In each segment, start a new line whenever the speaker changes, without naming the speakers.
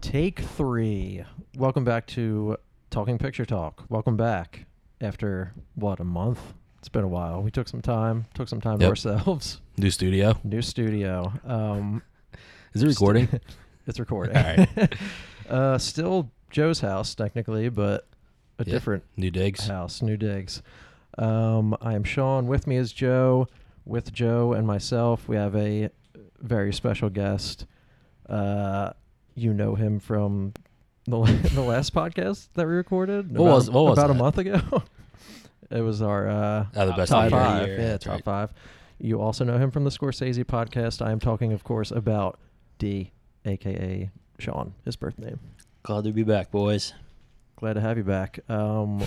Take three. Welcome back to Talking Picture Talk. Welcome back after what a month. It's been a while. We took some time. Took some time to
Yep.
ourselves.
New studio.
New studio. Um,
Is it recording?
it's recording.
All right.
uh, still Joe's house technically, but a
Yeah.
different
New digs.
Uh,
house. New digs. Um, I am Sean. With me is Joe. With Joe and myself, we have a very special guest. Uh, you know him from the la- the last podcast that we recorded.
What
about,
was- what was
about a
that?
month ago? it was our uh,
Oh, the best
top
of the year.
five.
Yeah,
Yeah,
that's
top
right.
five. You also know him from the Scorsese podcast. I am talking, of course, about D, aka Sean, his birth name.
Glad to be back, boys.
Glad to have you back. Um,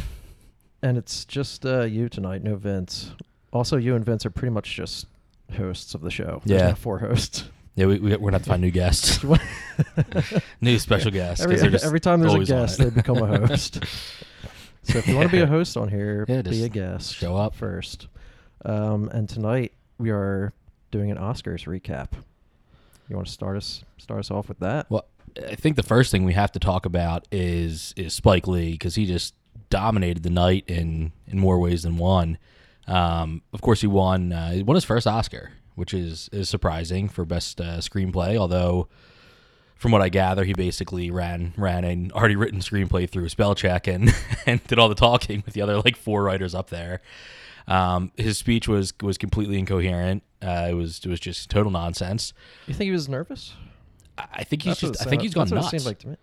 and it's just uh, you tonight, no Vince. Also, you and Vince are pretty much just hosts of the show. There's
Yeah.
now four hosts.
Yeah, we, we, we're going to have to find new guests. new special guests. 'cause
every,
they're just
every time there's a
always on
guest,
it.
they become a host. so if you want to be a
Yeah.
host on here,
Yeah,
be
just
a guest.
show up.
first. Um, and tonight we are doing an Oscars recap. You want to start us start us off with that?
Well, I think the first thing we have to talk about is is Spike Lee because he just dominated the night in in more ways than one. Um, of course, he won uh, he won his first Oscar, which is is surprising for best uh, screenplay. Although, from what I gather, he basically ran ran an already written screenplay through a spell check and and did all the talking with the other like four writers up there. Um, his speech was was completely incoherent. Uh, it was it was just total nonsense.
You think he was nervous?
I I think he's
That's what it
just I think
sound-
he's gone
that's
nuts.
What it seemed like to me.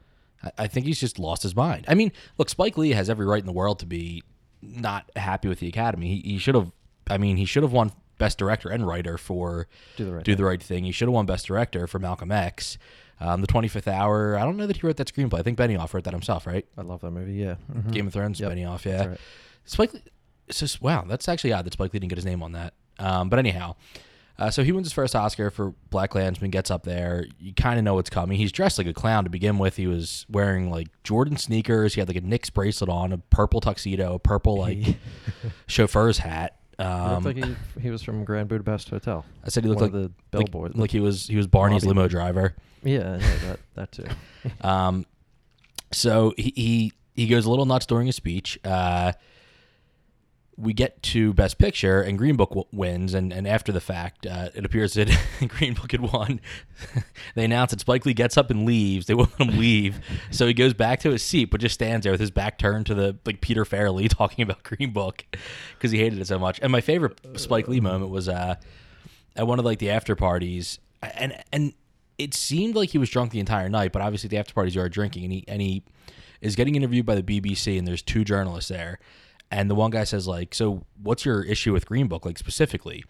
I- I think he's just lost his mind. I mean, look, Spike Lee has every right in the world to be not happy with the Academy. He, he should have. I mean, he should have won Best Director and Writer for
Do the Right
Do the Right Thing. He should have won Best Director for Malcolm X. Um, the Twenty Fifth Hour. I don't know that he wrote that screenplay. I think Benioff wrote that himself, right?
I love that movie. Yeah. Mhm.
Game of Thrones,
Yep.
Benioff. Yeah.
That's right.
Spike Lee, it's just wow, that's actually odd that Spike Lee didn't get his name on that. Um, but anyhow, uh, so he wins his first Oscar for Black Landsman, gets up there. You kind of know what's coming. He's dressed like a clown to begin with. He was wearing like Jordan sneakers. He had like a Knicks bracelet on, a purple tuxedo, a purple like chauffeur's hat.
He
Um,
looked like he, he was from Grand Budapest Hotel.
I said he looked
one
like
of the
like,
bellboys.
like he was he was Barney's
Lobby.
limo driver.
yeah, yeah, that that too.
Um, so he, he he goes a little nuts during his speech. Uh, we get to Best Picture, and Green Book w- wins. And, and after the fact, uh, it appears that Green Book had won. they announce that Spike Lee gets up and leaves. They won't let him leave, so he goes back to his seat, but just stands there with his back turned to the like Peter Farrelly talking about Green Book because he hated it so much. And my favorite Spike Lee moment was uh, at one of like the after parties, and and it seemed like he was drunk the entire night, but obviously the after parties you are drinking, and he and he is getting interviewed by the BBC, and there's two journalists there, and the one guy says like, "So what's your issue with Green Book, like specifically?"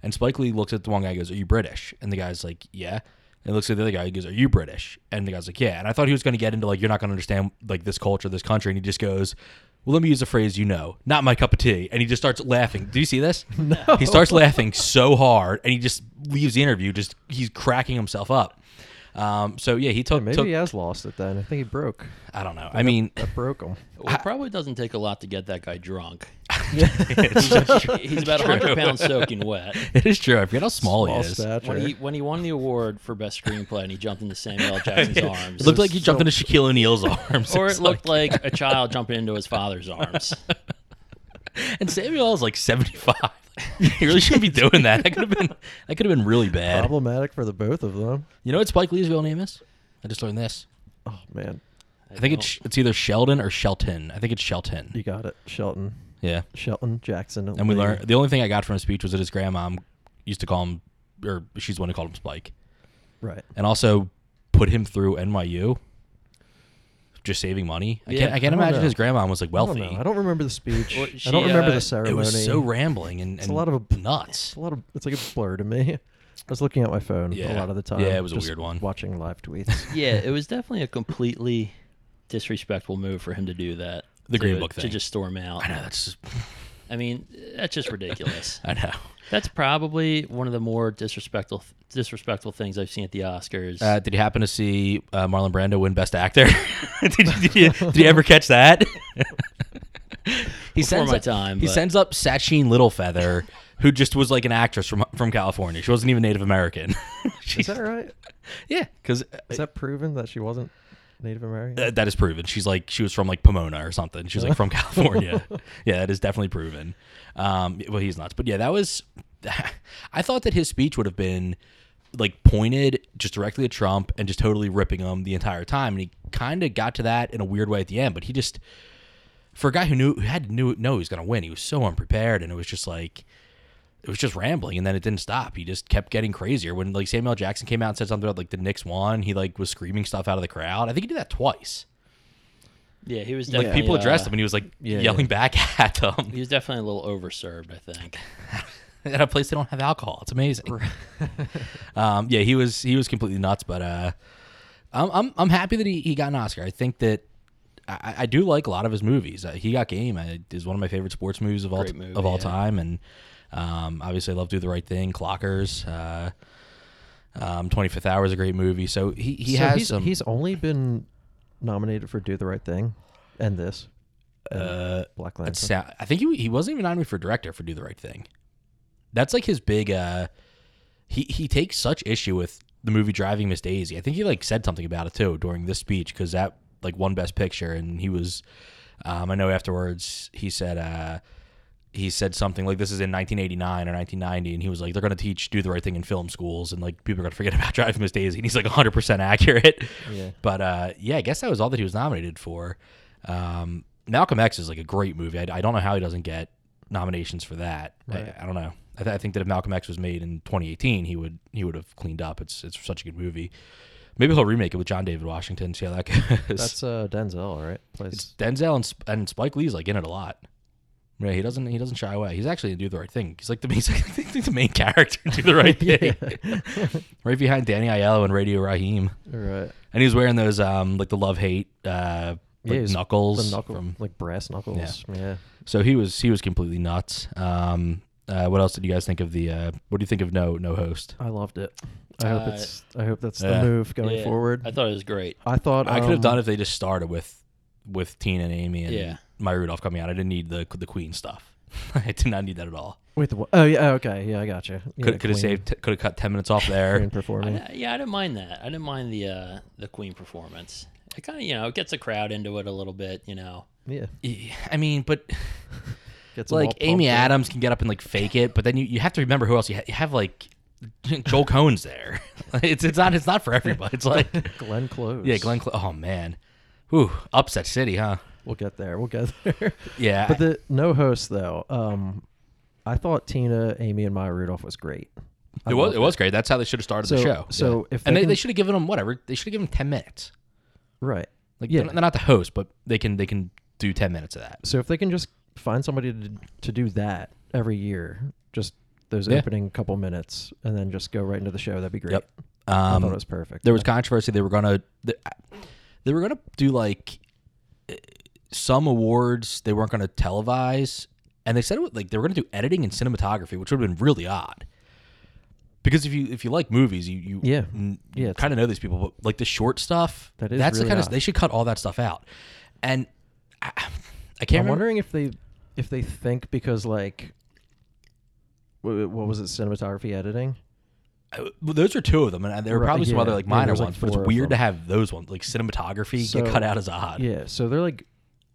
And Spike Lee looks at the one guy, and goes, "Are you British?" And the guy's like, "Yeah." And he looks at the other guy, he goes, "Are you British?" And the guy's like, "Yeah." And I thought he was going to get into like, "You're not going to understand like this culture, this country," and he just goes. Well, let me use a phrase you know. Not my cup of tea. And he just starts laughing. Do you see this? No. He starts laughing so hard, and he just leaves the interview. Just he's cracking himself up. Um, so yeah, he took.
Maybe uh,
took
he has lost it then. I think he broke.
I don't know. I mean,
That broke him.
Well, it probably doesn't take a lot to get that guy drunk.
it's
He's about 100 pounds soaking wet.
it is true. I forget how small,
Small
Oh, he is.
stature.
When he when he won the award for best screenplay and he jumped into Samuel L. Jackson's
It
arms,
looked like he jumped
So-
into Shaquille O'Neal's arms,
or
It's
it looked like a child jumping into his father's arms.
like- And Samuel is like seventy-five. he really shouldn't be doing that. That could have been. That could have been really bad.
Problematic for the both of them.
You know what Spike Lee's real name is? I just learned this.
Oh man,
I think it's it's either Sheldon or Shelton. I think it's Shelton.
you got it, Shelton.
Yeah.
Shelton Jackson.
And we
Lee.
learned the only thing I got from his speech was that his grandma used to call him, or she's the one who called him Spike,
right.
and also put him through NYU, just saving money. I
Yeah,
can't, I can't
I don't
imagine
know.
his grandma was
I
like wealthy.
don't know. I don't remember the speech.
Well,
I don't
she,
remember
uh,
the ceremony.
it was so rambling and,
It's a
and
lot of a-
nuts.
It's a lot of. It's like a blur to me. I was looking at my phone a
Yeah.
lot of the time.
Yeah, it was a
just
weird one.
Watching live tweets.
yeah, it was definitely a completely disrespectful move for him to do that.
The
to-
Green Book
to
thing.
just storm out.
I know that's just,
I mean, that's just ridiculous.
I know.
That's probably one of the more disrespectful disrespectful things I've seen at the Oscars.
Uh, did you happen to see uh, Marlon Brando win Best Actor? did, you, did, you, did you ever catch that? he
Before
sends
my
up,
time,
He
but-
sends up Sachin Littlefeather, who just was like an actress from from California. She wasn't even Native American.
Is
She's,
that right?
yeah, because
Is that proven that she wasn't Native American.
Th- uh, that is proven. She's like she was from like Pomona or something. She's like from California. yeah, that is definitely proven. Um, well, he's nuts, but yeah, that was. I thought that his speech would have been like pointed just directly at Trump and just totally ripping him the entire time, and he kind of got to that in a weird way at the end. But he just, for a guy who knew who had knew no he was gonna win, he was so unprepared, and it was just like. It was just rambling, and then it didn't stop. He just kept getting crazier. When like Samuel Jackson came out and said something about like the Knicks won, he like was screaming stuff out of the crowd. I think he did that twice
Yeah, he was
like
definitely
people addressed
uh,
him and he was like
yeah,
yelling back at
He
them
was definitely a little overserved, I think.
at a place they don't have alcohol. It's amazing. um, yeah, he was he was completely nuts, but uh, I'm, I'm I'm happy that he, he got an Oscar. I think that I, I do like a lot of his movies. Uh, he got Game I, is one of my favorite sports movies of all
Great movie,
of all
yeah.
time, and um, obviously I love Do the Right Thing, Clockers. Uh, um, 25th Hour is a great movie. So he, he
So
has
he's,
some.
he's only been nominated for Do the Right Thing and this. and
uh,
Black
That's
Lantern.
sa- I think he he wasn't even nominated for director for Do the Right Thing. That's like his big. uh He he takes such issue with the movie Driving Miss Daisy. I think he like said something about it too during this speech because that like won Best Picture, and he was. Um, I know afterwards he said. uh he said something like this is in 1989 or 1990 and he was like they're going to teach do the right thing in film schools and like people are going to forget about driving miss daisy and he's like 100% accurate
Yeah.
but uh, yeah, I guess that was all that he was nominated for. Um, Malcolm X is like a great movie. I, I don't know how he doesn't get nominations for that. I-
Right.
I, don't know. I, th- I think that if Malcolm X was made in 2018, he would he would have cleaned up. It's it's such a good movie. Maybe he'll remake it with John David Washington. See how that goes.
That's uh, Denzel, right? Plays
it's Denzel and, Sp- and Spike Lee's like in it a lot. Yeah, he doesn't. He doesn't shy away. He's actually in do the right thing. He's like the he's like the main character in do the right thing, right behind Danny Aiello and Radio Raheem.
right.
And he was wearing those um like the love hate uh
Yeah,
like
he's-
knuckles.
The knuckle,
from-
like brass knuckles. Yeah.
so he was he was completely nuts. Um uh, what else did you guys think of the uh what do you think of no no host?
I loved it. I hope
Uh,
it's. I hope that's
yeah.
the move going
Yeah,
forward.
I thought it was great.
I thought
I could have
um,
done if they just started with with Teen and Amy and
Yeah.
my Rudolph coming out. I didn't need the the Queen stuff. I did not need that at all.
Wait, the wha- oh yeah, okay, yeah, I got you. Yeah,
Could could have
Queen-
saved could have cut ten minutes off
Queen
there.
performing.
I, yeah, I didn't mind that. I didn't mind the uh, the Queen performance. It kind of you know it gets the crowd into it a little bit. You know,
yeah,
E, I mean, but
gets 'em all
like Amy
pumped up.
Adams can get up and like fake it, but then you, you have to remember who else you, ha- you have like Joel Cohn's there. it's it's not it's not for everybody. It's like
Glenn Close.
yeah, Glenn. Cl- oh man, whew, upset city, huh?
We'll get there. We'll get there.
Yeah,
but the no host though. Um, I thought Tina, Amy, and Maya Rudolph was great. I
it was
loved
it was great. That's how they should have started the
So-
show.
so if
and
they
they,
can-
they should have given them whatever they should have given them ten minutes.
Right.
Like
Yeah.
they're, not- they're not the host, but they can they can do ten minutes of that.
So if they can just find somebody to, to do that every year, just those
Yeah.
opening couple minutes, and then just go right into the show, that'd be great.
Yep.
I
Um,
thought it was perfect.
there was controversy. They were gonna they, they were gonna do like eh, some awards they weren't gonna televise, and they said it was, like they were gonna do editing and cinematography, which would have been really odd. Because if you if you like movies, you you
Yeah.
n-
Yeah,
you
it's-
kind of know these people, but like the short stuff,
That is
that's
really
the kind
odd.
of they should cut all that stuff out. And I, I can't
I'm
remember.
wondering if they if they think because like wh- what was it cinematography editing
uh, well, those are two of them, and uh, there were
Right,
probably some
yeah.
other like
Yeah, there
minor
was, like,
ones, but
four of
it's weird to
them.
have those ones like cinematography
So-
get cut out as odd.
yeah so they're like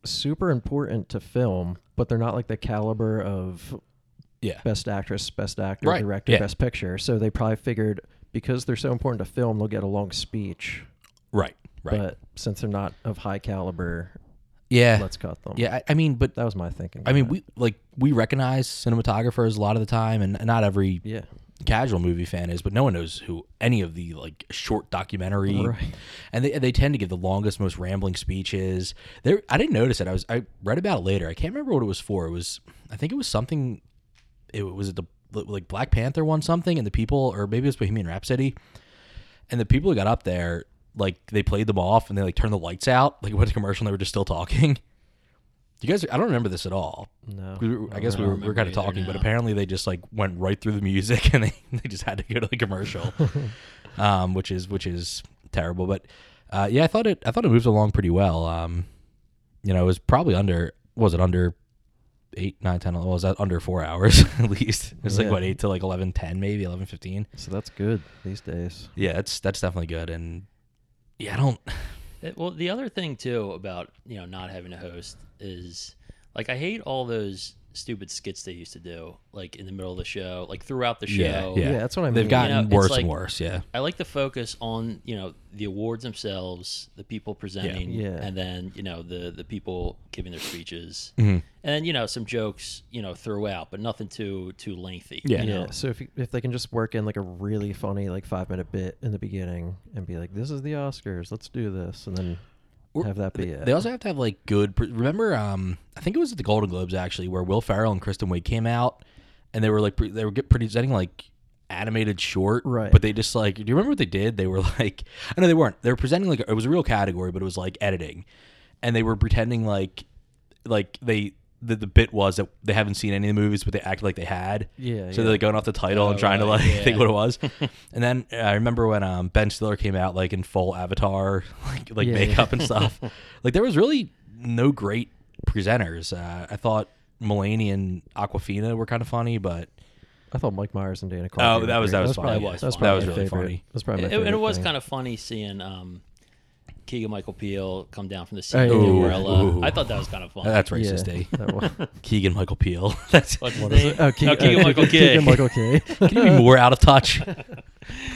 super important to film but they're not like the caliber of
yeah.
best actress best actor
Right,
director
yeah.
best picture so they probably figured because they're so important to film they'll get a long speech
right, right,
but since they're not of high caliber
yeah,
let's cut them
yeah. I, I mean, but
that was my thinking
I
on
mean,
it.
we like we recognize cinematographers a lot of the time, and not every
yeah
casual movie fan is, but no one knows who any of the like short documentary,
Right.
and they they tend to give the longest, most rambling speeches. There, I didn't notice it. I was I read about it later. I can't remember what it was for. It was I think it was something. It was it the like Black Panther won something, and the people, or maybe it was Bohemian Rhapsody, and the people who got up there like they played them off and they like turned the lights out. Like it went to commercial, and they were just still talking. You guys, I don't remember this at all,
no
we were- I guess we
don't
were, we were kind
remember
of
either
talking, but
now.
apparently they just like went right through the music and they, they just had to go to the commercial, um, which is which is terrible. But uh, yeah, I thought it I thought it moved along pretty well. Um, you know, it was probably under was it under eight nine ten? Well, was that under four hours at least? It was
Yeah.
like what eight to like eleven ten maybe eleven fifteen.
so that's good these days
Yeah, that's that's definitely good. And yeah, I don't
It- well, the other thing too about you know not having a host is like I hate all those stupid skits they used to do like in the middle of the show, like throughout the show.
Yeah, that's what I mean.
They've gotten
You know, it's
worse
like-
and worse. Yeah.
I like the focus on you know the awards themselves, the people presenting,
Yeah.
and then you know the the people giving their speeches, and you know some jokes you know throughout, but nothing too too lengthy.
Yeah.
you
Yeah.
know?
So if you, if they can just work in like a really funny like five minute bit in the beginning and be like, "This is the Oscars. Let's do this," and then
Or-
have that be it.
They also have to have like good. Pre- remember, um, I think it was at the Golden Globes actually, where Will Ferrell and Kristen Wiig came out, and they were like pre- they were get presenting like animated short,
Right.
But they just like, do you remember what they did? They were like, I know they weren't. They were presenting like it was a real category, but it was like editing, and they were pretending like like they. The, the bit was that they haven't seen any of the movies, but they acted like they had.
Yeah,
So
yeah.
they're like going off the title and
Oh,
trying to
right,
like think
yeah.
what it was. and then uh, I remember when um, Ben Stiller came out like in full Avatar, like like
Yeah, yeah.
makeup and stuff. like there was really no great presenters. Uh, I thought Mulaney and Aquafina were kind of funny, but
I thought Mike Myers and Dana Clark.
Oh,
were
that was-
great.
that was funny.
probably
That was
that's
funny.
probably
That
my
was really
favorite.
funny.
That's probably my
It, it,
favorite
was
thing.
kind of funny seeing um, Keegan Michael Peel come down from the
Oh,
ceiling
yeah.
in
Ooh.
Umbrella.
Ooh.
uh, I thought that was kind of funny.
that's
Yeah,
racist, eh?
that was-
Keegan Michael Peele. That's
What's
what
can
his
is
name?
it? Oh, Ke-
no,
uh,
Keegan Michael Key.
Keegan Michael Key.
you be more out of touch?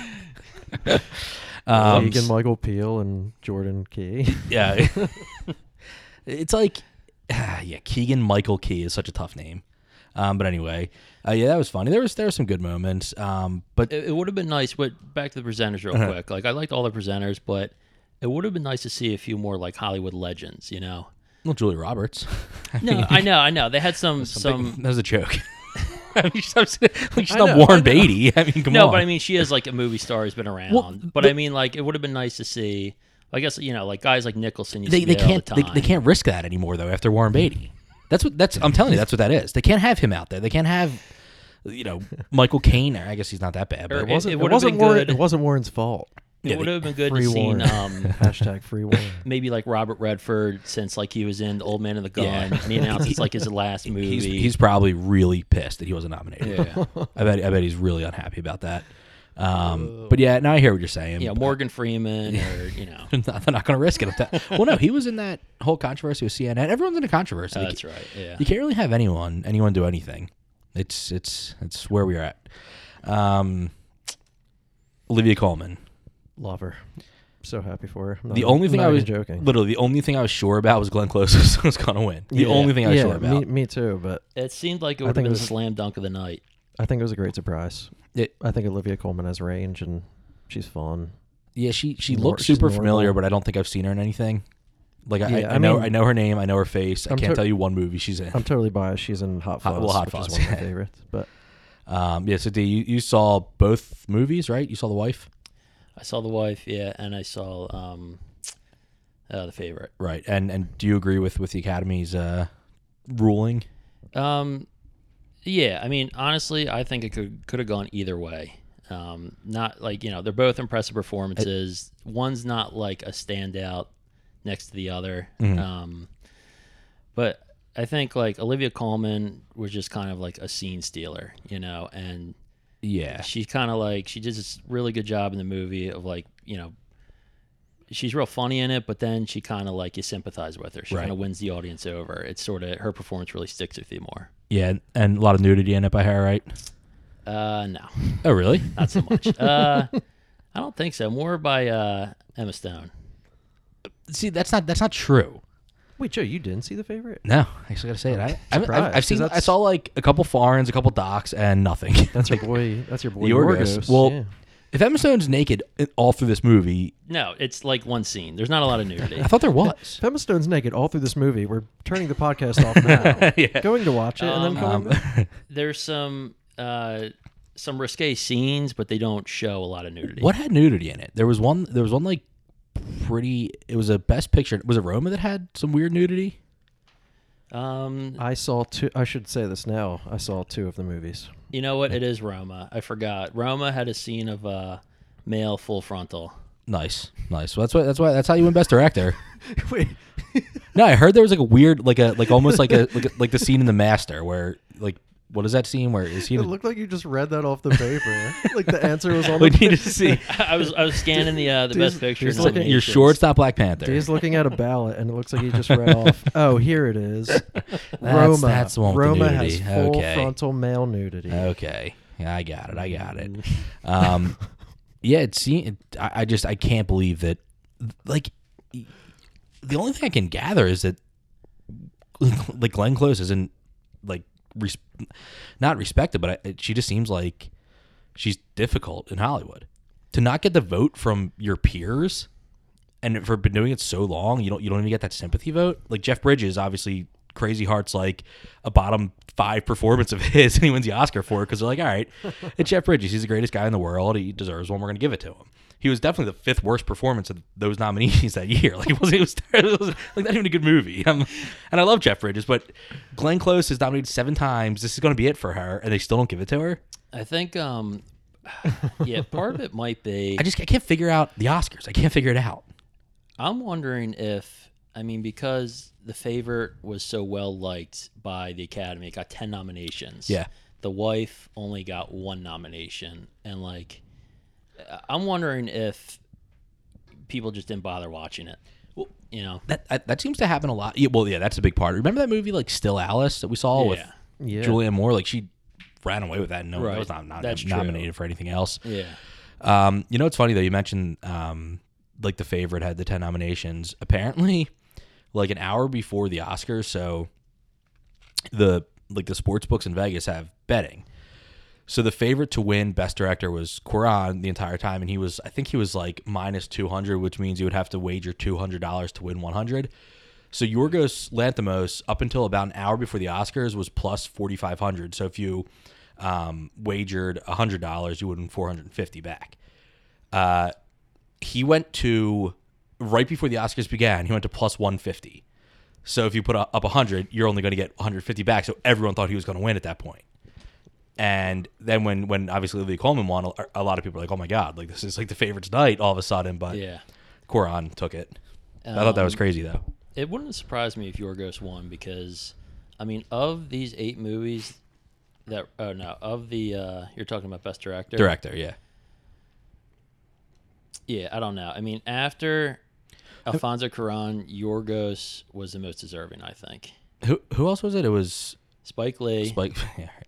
um,
Keegan Michael Peel and Jordan Key.
yeah, it's like ah, yeah, Keegan Michael Key is such a tough name. Um, but anyway, uh, yeah, that was funny. There was there were some good moments. Um, but
it, it would have been nice, but back to the presenters real
Uh-huh.
quick. Like I liked all the presenters, but it would have been nice to see a few more like Hollywood legends. You know?
well, Julie Roberts. I
No, I um, know, I know. They had some
Some
some.
that was a joke. I mean, she's not, she's
I
not
know, I
Warren
know.
Beatty. I mean, come
No,
on.
but I mean, she is like a movie star who's been around.
Well,
but
the-
I mean, like it would have been nice to see. I guess you know, like guys like Nicholson. Used
they,
to be
they
there all
can't
the
they,
time.
they can't risk that anymore though after Warren Beatty. That's what that's I'm telling you that's what that is. They can't have him out there. They can't have you know Michael Caine. I guess he's not that bad.
Or
But
It wasn't,
it
it
would've
wasn't
been
Warren.
good.
It wasn't Warren's fault.
It
Yeah, they-
would have been good
Free
to see
Warren.
um,
Hashtag free Warren.
maybe like Robert Redford since like he was in The Old Man and the Gun
Yeah.
and he announced it's like his last movie.
he's he's probably really pissed that he wasn't nominated.
yeah.
I bet I bet he's really unhappy about that. Um, but yeah, now I hear what you're saying.
yeah, Morgan Freeman or you know.
They're not, going to risk it. well, no, he was in that whole controversy with CNN. Everyone's in a controversy.
Uh,
Oh,
They
that's right. Yeah.
You can't really have anyone anyone do anything. It's it's it's where we're at. Um, Olivia Coleman.
Love her. So happy for her. I'm
The
not-
only
I'm
thing
not
I was
even joking.
literally the only thing I was sure about was Glenn Close was going to win. The
Yeah.
only thing I was
yeah,
sure about.
Me, me too. But
It seemed like
I
it would have
think
been
it
the
was-
slam dunk of the night.
I think it was a great surprise.
It-
I think Olivia Coleman has range and she's fun.
yeah, she she
Nor-
looked
she's
super familiar,
normal.
but I don't think I've seen her in anything. Like I,
Yeah,
I,
I
know
mean-
I know her name, I know her face. I
I'm
can't
to-
tell you one movie she's in.
I'm totally biased. She's in Hot Fuzz,
Hot- well, Hot
which
Fuzz,
is one of my
yeah.
favorites. But
Um, yeah, so D, you, you saw both movies, right? You saw The Wife,
I saw the wife, yeah, and I saw um uh, the favorite.
right? And and do you agree with with the Academy's uh, ruling?
Um yeah, I mean honestly, I think it could could have gone either way. Um not like, you know, they're both impressive performances. One's not like a standout next to the other. Um but I think like Olivia Coleman was just kind of like a scene stealer, you know, and
Yeah,
she kind of like she did this really good job in the movie of like you know she's real funny in it but then she kind of like you sympathize with her she
Right.
kind of wins the audience over it's sort of her performance really sticks with you more
yeah, and- and a lot of nudity in it by her, right?
uh no
Oh, really?
not so much uh i don't think so more by uh emma stone
See, that's not that's not true.
wait, Joe, you didn't see the favorite?
No, I actually gotta say it. I, I've, I've,
Surprised,
I've
'cause
seen I
that's-
saw like a couple foreigns, a couple docs, and nothing.
That's your boy. That's your boy.
Yorgos.
Yorgos,
Well,
yeah.
if Emma Stone's naked in- all through this movie,
no it's like one scene there's not a lot of nudity
I thought there was.
If Emma Stone's naked all through this movie. We're turning the podcast off now.
Yeah.
Going to watch it and then
Um,
coming. back.
there's some uh some risque scenes but they don't show a lot of nudity
what had nudity in it? There was one. There was one like pretty. It was a best picture. Was it Roma that had some weird nudity?
um
I saw two. I should say this now. I saw two of the movies.
You know what? It is Roma. I forgot. Roma had a scene of uh, male full frontal.
Nice, nice. Well, that's what. That's why. That's how you win best director.
wait,
no, I heard there was like a weird, like a like almost like a like, a- like the scene in the Master where like what is that scene where is he?
It
in a-
looked like you just read that off the paper. like the answer was on
we
the
need to see.
I was I was scanning the uh, the
Dude's-
best picture.
dude's looking-
nominations.
You're sure it's not Black Panther?
He's looking at a ballot, and it looks like he just read off. Oh, here it is. Roma.
that's the one with the
Roma
nudity.
has full
Okay.
frontal male nudity.
Okay, yeah, I got it. I got it. Um, yeah, it seems. I, I just I can't believe that. Like, the only thing I can gather is that like Glenn Close isn't like res- not respected, but I, she just seems like she's difficult in Hollywood. To not get the vote from your peers, and for been doing it so long, you don't you don't even get that sympathy vote. Like Jeff Bridges, obviously, Crazy Heart's like a bottom five performance of his, and he wins the Oscar for it because they're like, all right, it's Jeff Bridges. He's the greatest guy in the world. He deserves one. We're gonna give it to him. He was definitely the fifth worst performance of those nominees that year. Like it was, it was, it was like not even a good movie. Um, and I love Jeff Bridges, but Glenn Close is nominated seven times. This is going to be it for her, and they still don't give it to her.
I think um, yeah, part of it might be.
I just I can't figure out the Oscars. I can't figure it out.
I'm wondering if I mean because the favorite was so well liked by the Academy, it got ten nominations.
Yeah.
The wife only got one nomination, and like, I- I'm wondering if people just didn't bother watching it. Well, you know,
That that, that seems to happen a lot. Yeah, well, yeah, that's a big part. Remember that movie like Still Alice that we saw with
Yeah.
Yeah.
Julianne Moore? Like she ran away with that. and No, that
Right.
was not, not
That's true.
nominated for anything else.
yeah,
Um, you know, it's funny though. You mentioned um, like the favorite had the ten nominations. Apparently, like an hour before the Oscars, so the like the sports books in Vegas have betting. So the favorite to win Best Director was Quran the entire time, and he was I think he was like minus two hundred, which means you would have to wager two hundred dollars to win one hundred. So Yorgos Lanthimos, up until about an hour before the Oscars, was plus forty five hundred. So if you um, wagered hundred dollars, you would win four hundred and fifty back. Uh, he went to right before the Oscars began. He went to plus one fifty. So if you put up hundred, you're only going to get one hundred fifty back. So everyone thought he was going to win at that point. And then when when obviously Lee Coleman won, a- a lot of people were like, "Oh my god, like this is like the favorites' night all of a sudden." But
yeah.
Koran took it. I thought that was
Um,
crazy though.
It wouldn't surprise me if Yorgos won because, I mean, of these eight movies, that oh no, of the uh, you're talking about best director.
Director, yeah.
Yeah, I don't know. I mean, after Alfonso Cuarón, Yorgos was the most deserving, I think.
Who who else was it? It was
Spike Lee,
Spike. Yeah, all right.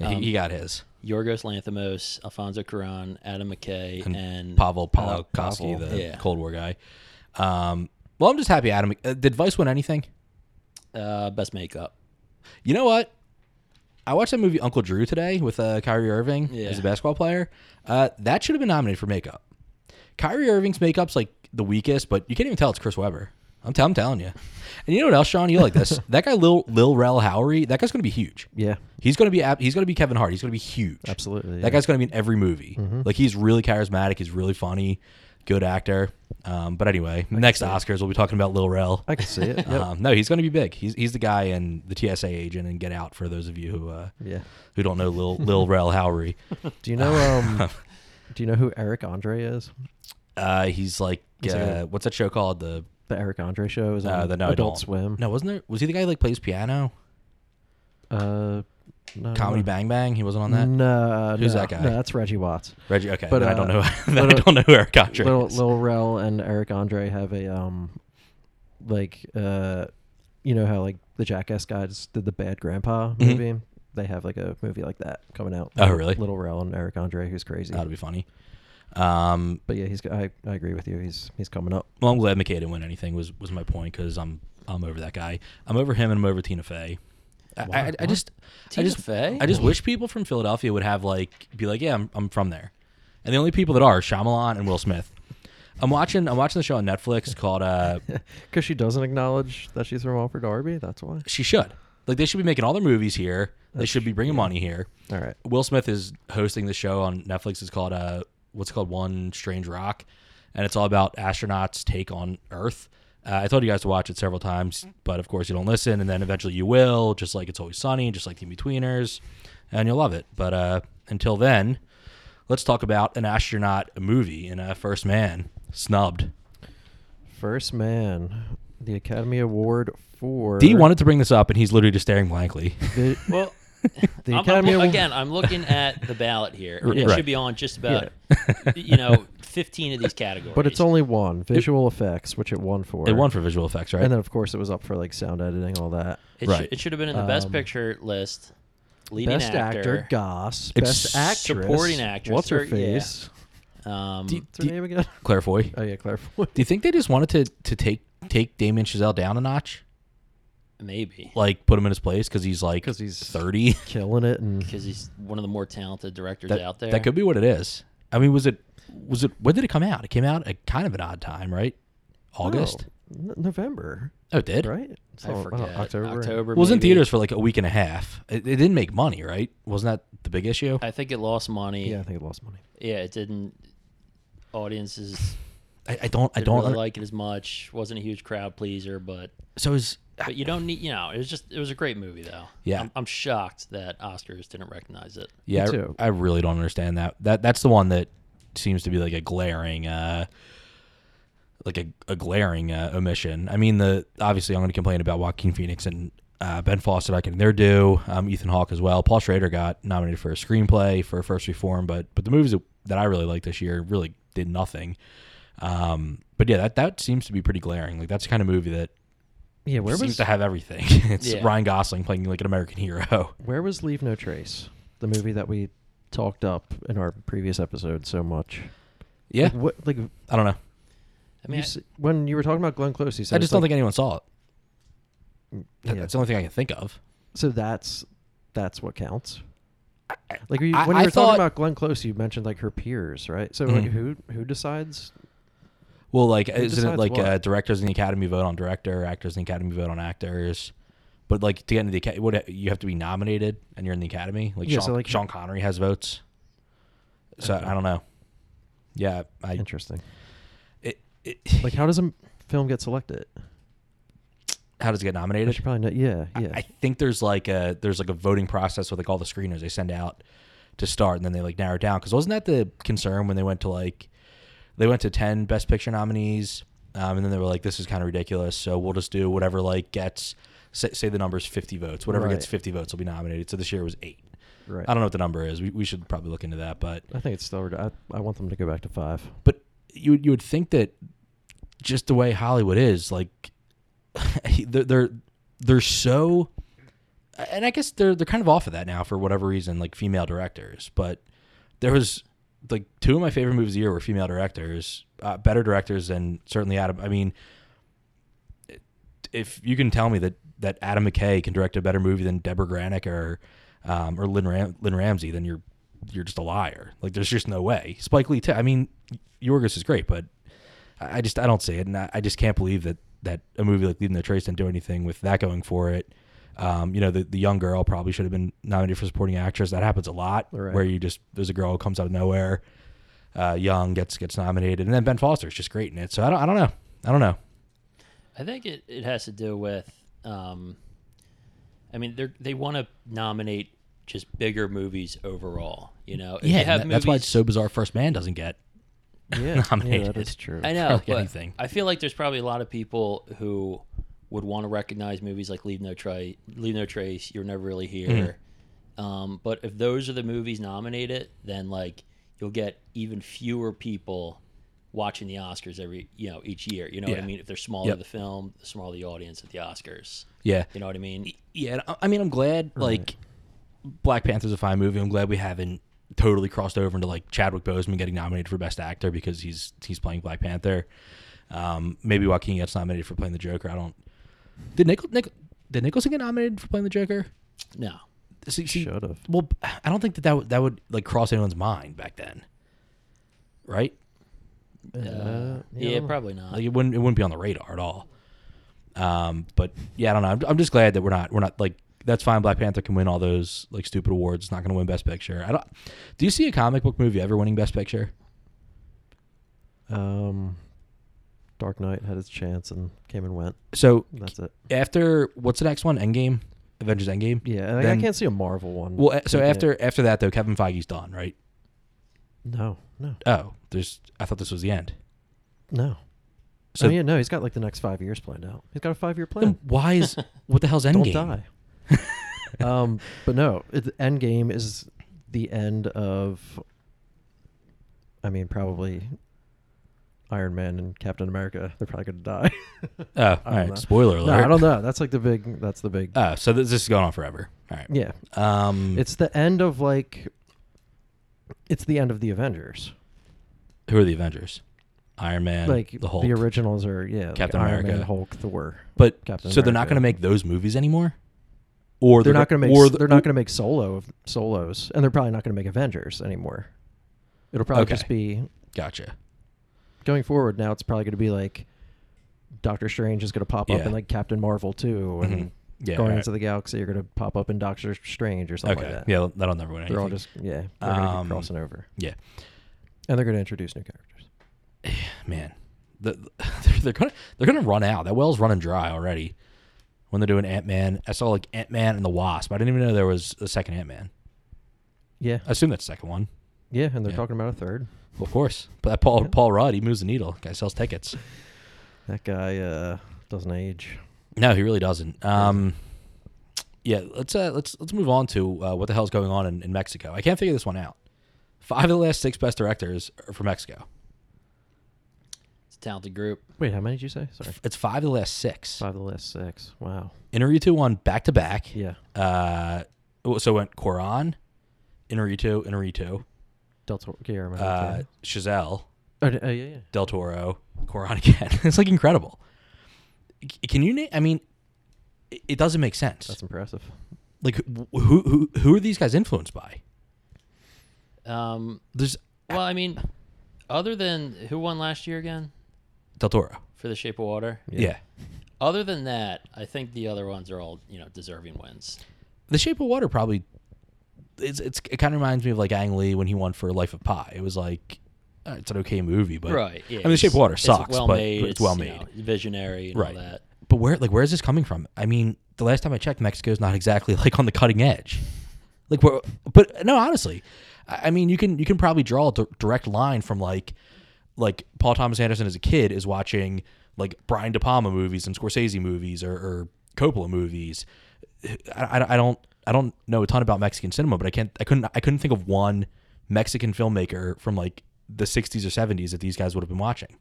Yeah, he,
Um,
he got his.
Yorgos Lanthimos, Alfonso Cuarón, Adam McKay, and,
Pavel
Pavel.
Polakowski, the
Yeah.
Cold War guy. Um, well, I'm just happy Adam. Uh, did Vice win anything?
uh, best makeup.
You know what? I watched that movie Uncle Drew today with uh, Kyrie Irving
Yeah.
as a basketball player. Uh, that should have been nominated for makeup. Kyrie Irving's makeup's like the weakest, but you can't even tell it's Chris Webber. I'm, t- I'm telling you. And you know what else, Sean? You like this? that guy, Lil Lil Rel Howery. That guy's gonna be huge.
Yeah.
He's gonna be ab- he's gonna be Kevin Hart. He's gonna be huge.
Absolutely. yeah.
That guy's going to be in every movie.
Mm-hmm.
Like he's really charismatic. He's really funny. Good actor. Um, but anyway, next Oscars we'll be talking about Lil Rel.
I can see it. Yep.
Um, no, he's going to be big. He's he's the guy in the TSA agent and Get Out for those of you who uh,
yeah.
who don't know Lil Lil Rel Howery.
Do you know um do you know who Eric Andre is?
Uh, he's like
He's like
uh,
a-
what's that show called? The
The Eric Andre show is on
uh, the no, I
Adult
don't.
Swim.
No, wasn't there? Was he the guy who, like plays piano?
Uh no,
Comedy
no.
Bang Bang. He wasn't on that.
No,
Who's
no,
that guy?
No, that's Reggie Watts.
Reggie. Okay,
Mm-hmm. But,
then I
uh,
don't know. then I
little-
don't know who Eric Andre
Lil,
is.
Lil Rel and Eric Andre have a um, like uh, you know how like the Jackass guys did the Bad Grandpa movie. They have like a movie like that coming out.
Mm-hmm. Oh, really?
Little Rel and Eric Andre, who's crazy.
That'll be funny. Um,
But yeah, he's. I, I agree with you. He's he's coming up.
Well, I'm glad McKay didn't win anything. Was was my point because I'm I'm over that guy. I'm over him and I'm over Tina Fey. I, I, I just
Tina
I just
Fey?
I just wish people from Philadelphia would have like be like, yeah, I'm I'm from there, and the only people that are, are Shyamalan and Will Smith. I'm watching I'm watching the show on Netflix called uh,
Because she doesn't acknowledge that she's from Alfred Darby. That's why.
She Should. Like they should be making all their movies here. They should be bringing money here.
All right.
Will Smith is hosting the show on Netflix. It's called uh, what's it called One Strange Rock, and it's all about astronauts' take on Earth. Uh, I told you guys to watch it several times, but of course you don't listen, and then eventually you will. Just like it's always sunny, just like the Betweeners, and you'll love it. But uh, until then, let's talk about an astronaut movie in uh, First Man snubbed.
First man, the Academy Award for
D wanted to bring this up, and he's literally just staring blankly.
vi-
Well,
The
I'm- I'm
Academy
loo-
Award-
again, I'm looking at the ballot here. and It
Right.
should be on just about, you know, 15 of these categories.
But it's only one visual effects, which it won for.
They won for visual effects, right?
and then of course it was up for like sound editing, all that.
It,
Right.
should, it should have been in the best
Um,
picture list. Leading
best actor, Goss.
Ex-
Best actress,
supporting actress,
What's her
or- yeah.
face?
um,
Do-
What's her name again?
Claire Foy.
Oh yeah, Claire Foy.
Do you think they just wanted to to take take Damien Chazelle down a notch,
maybe
like put him in his place because he's like
'Cause he's-
thirty?
Killing it, and
because he's one of the more talented directors
That,
out there.
that could be what it is. I mean, was it was it when did it come out? It came out at kind of an odd time, right?
Oh.
August.
No, N- November,
Oh, it did
right?
I
So,
forget.
October.
October
It was in
maybe.
theaters for like a week and a half. It, it didn't make money, right? Wasn't that the big issue?
I think it lost money.
Yeah, I
Yeah,
think it lost money.
it didn't. Audiences
I, I don't. I
didn't
don't.
really like it as much. wasn't a huge crowd pleaser, but
so is
but you don't need. You know, it was just it was a great movie though.
Yeah.
I'm, I'm shocked that Oscars didn't recognize it.
yeah.
Me
I-
too.
I, really don't understand that. That that's the one that seems to be like a glaring, uh, like a, a glaring uh, omission. I mean, the obviously I'm going to complain about Joaquin Phoenix and uh, Ben Foster not getting their due. Um, Ethan Hawke as well. Paul Schrader got nominated for a screenplay for First Reform, but but the movies that, that I really liked this year really did nothing. Um, but yeah, that that seems to be pretty glaring. Like that's the kind of movie that
Yeah, where
seems
was
to have everything. It's
Yeah.
Ryan Gosling playing like an American hero.
where was Leave No Trace, the movie that we talked up in our previous episode so much?
Yeah,
like, what, like
I don't know.
I mean,
you s- when you were talking about Glenn Close, you said
I just
it's
don't
like,
think anyone saw it. Th-
yeah.
That's the only thing I can think of.
So that's that's what counts.
I-
Like you,
I-
when you
I
were
thought-
talking about Glenn Close, you mentioned like her peers, right? So
Mhm.
who who decides?
Well, like,
Who
isn't it
decides
like
what?
uh, directors in the Academy vote on director, actors in the Academy vote on actors? But like to get into the Academy, what you have to be nominated, and you're in the Academy. Like,
Yeah,
Sean,
so, like-
Sean Connery has votes. So I don't know. Yeah, I
Interesting.
it, it,
Like how does a m- film get selected?
how does it get
I
nominated?
should probably know. Yeah,
I-
yeah.
I think there's like a there's like a voting process with like all the screeners they send out to start, and then they like narrow it down. Because wasn't that the concern when they went to like they went to ten best picture nominees, um, and then they were like, this is kind of ridiculous, so we'll just do whatever like gets say, say the number's fifty votes, whatever gets
Right.
fifty votes will be nominated. So this year was eight.
right.
I don't know what the number is. We, we should probably look into that, but
I think it's still. I, I want them to go back to five.
but you would- you would think that just the way Hollywood is, like they're they're they're so, and I guess they're they're kind of off of that now for whatever reason, like female directors. But there was like two of my favorite movies of the year were female directors, uh, better directors than certainly Adam. I mean, if you can tell me that that Adam McKay can direct a better movie than Deborah Granick or um, or Lynn, Ram- Lynn Ramsey, then you're you're just a liar. Like there's just no way. Spike Lee. T- I mean, Yorgos is great, but I I just I don't see it, and I, I just can't believe that that a movie like Leaving the Trace didn't do anything with that going for it. Um, you know, the, the young girl probably should have been nominated for supporting actress. That happens a lot,
Right.
where you just there's a girl who comes out of nowhere, uh, young gets gets nominated, and then Ben Foster is just great in it. So I don't I don't know I don't know.
I think it, it has to do with, um, I mean, they they want to nominate just bigger movies overall. You know, If you
Yeah,
have
and that- that's why
movies-
it's so bizarre. First Man doesn't get
Yeah, yeah,
Nominated.
that is true.
I know,
like
but
anything.
I feel like there's probably a lot of people who would want to recognize movies like Leave No Trace, Leave No Trace, You're Never Really Here.
Mm-hmm.
Um, but if those are the movies nominated, then like you'll get even fewer people watching the Oscars every you know each year. You know what
Yeah.
I mean? If they're smaller
Yep.
the film, the smaller the audience at the Oscars.
Yeah,
You know what I mean?
yeah. I- I mean, I'm glad like Black Panther's a fine movie. I'm glad we haven't totally crossed over into like Chadwick Boseman getting nominated for Best Actor because he's he's playing Black Panther. Um, maybe Joaquin gets nominated for playing the Joker. I don't. Did Nickel, Nick, did Nicholson get nominated for playing the Joker?
No.
See, see,
Should have.
well, I don't think that that would, that would like cross anyone's mind back then, right?
Uh, yeah, probably not.
Like it wouldn't it wouldn't be on the radar at all. Um, but yeah, I don't know. I'm, I'm just glad that we're not we're not like that's fine. Black Panther can win all those like stupid awards. It's not going to win Best Picture. I don't. Do you see a comic book movie ever winning Best Picture?
Um, Dark Knight had its chance and came and went.
So
That's it.
after what's the next one? Endgame, Avengers Endgame.
Yeah, and I-
Then-
I can't see a Marvel one.
Well, a- so
taking it.
after after that though, Kevin Feige's done, right?
no, no,
Oh, there's. I thought this was the end.
no.
So-
So yeah, no, he's got like the next five years planned out. He's got a five year plan.
Then why is what the hell's
Don't
Endgame?
die. um, but no, it, Endgame is the end of. I mean, probably Iron Man and Captain America. They're probably going to die.
Oh, all right.
know.
Spoiler
no,
alert.
I don't know. That's like the big. That's the big.
Oh, so this, this is going on forever. All right.
yeah,
Um,
it's the end of like. It's the end of the Avengers.
who are the Avengers? Iron Man,
like
the Hulk.
originals are yeah, like
Captain
Iron Man,
America.
Hulk, Thor.
but
Captain
so they're not
America.
going to make those movies anymore. Or
They're not
go-
going to make.
or
s-
the-
they're not going to make solo of solos, and they're probably not going to make Avengers anymore. It'll probably
Okay.
just be
Gotcha.
going forward. Now it's probably going to be like Doctor Strange is going to pop up
Yeah.
in like Captain Marvel too, and
Mhm. Yeah. all
Guardians
right.
of the Galaxy are going to pop up in Doctor Strange or something
Okay.
like that.
Yeah, that'll never win anything.
they're all just yeah, they're going to
Um,
be crossing over,
yeah.
and they're going to introduce new characters.
man, the, they're, they're gonna they're gonna run out. That well's running dry already. When they're doing Ant Man, I saw like Ant Man and the Wasp. I didn't even know there was a second Ant Man.
Yeah,
I assume that's the second one,
yeah, and they're
Yeah.
talking about a third.
well, of course. But that Paul
Yeah.
Paul Rudd, he moves the needle. Guy sells tickets.
That guy uh, doesn't age.
No, he really doesn't. Um, yeah, let's uh, let's let's move on to uh, what the hell's going on in, in Mexico. I can't figure this one out. Five of the last six best directors are from Mexico.
It's a talented group.
Wait, how many did you say? Sorry,
It's five of the last six.
five of the last six. Wow.
Inarritu won back to back.
Yeah,
Uh, so it went Quran, Inarritu, Inarritu,
Del Toro, Guillermo. del
uh,
Toro.
Chazelle,
Oh, d- oh, yeah, yeah.
Del Toro, Quran again. it's like incredible. C- Can you name? I mean, it, it doesn't make sense.
That's impressive.
like wh- who who who are these guys influenced by?
Um,
There's
well, I mean, other than who won last year again
Del Toro.
for The Shape of Water?
Yeah.
Other than that, I think the other ones are all you know deserving wins.
The Shape of Water probably. It's, it's it kind of reminds me of like Ang Lee when he won for Life of Pi. It was like uh, it's an okay movie, but
right. Yeah,
I mean, The Shape of
it's-
Water
it's
sucks, but, but
well-made,
it's well
you
made.
know, visionary, and
Right.
all that.
But where like where is this coming from? I mean, the last time I checked, Mexico's not exactly like on the cutting edge. Like where, but no, honestly, I I mean, you can you can probably draw a d- direct line from like like Paul Thomas Anderson as a kid is watching like Brian De Palma movies and Scorsese movies or, or Coppola movies. I, I, I don't I don't know a ton about Mexican cinema, but I can't I couldn't I couldn't think of one Mexican filmmaker from like the 60s or 70s that these guys would have been watching.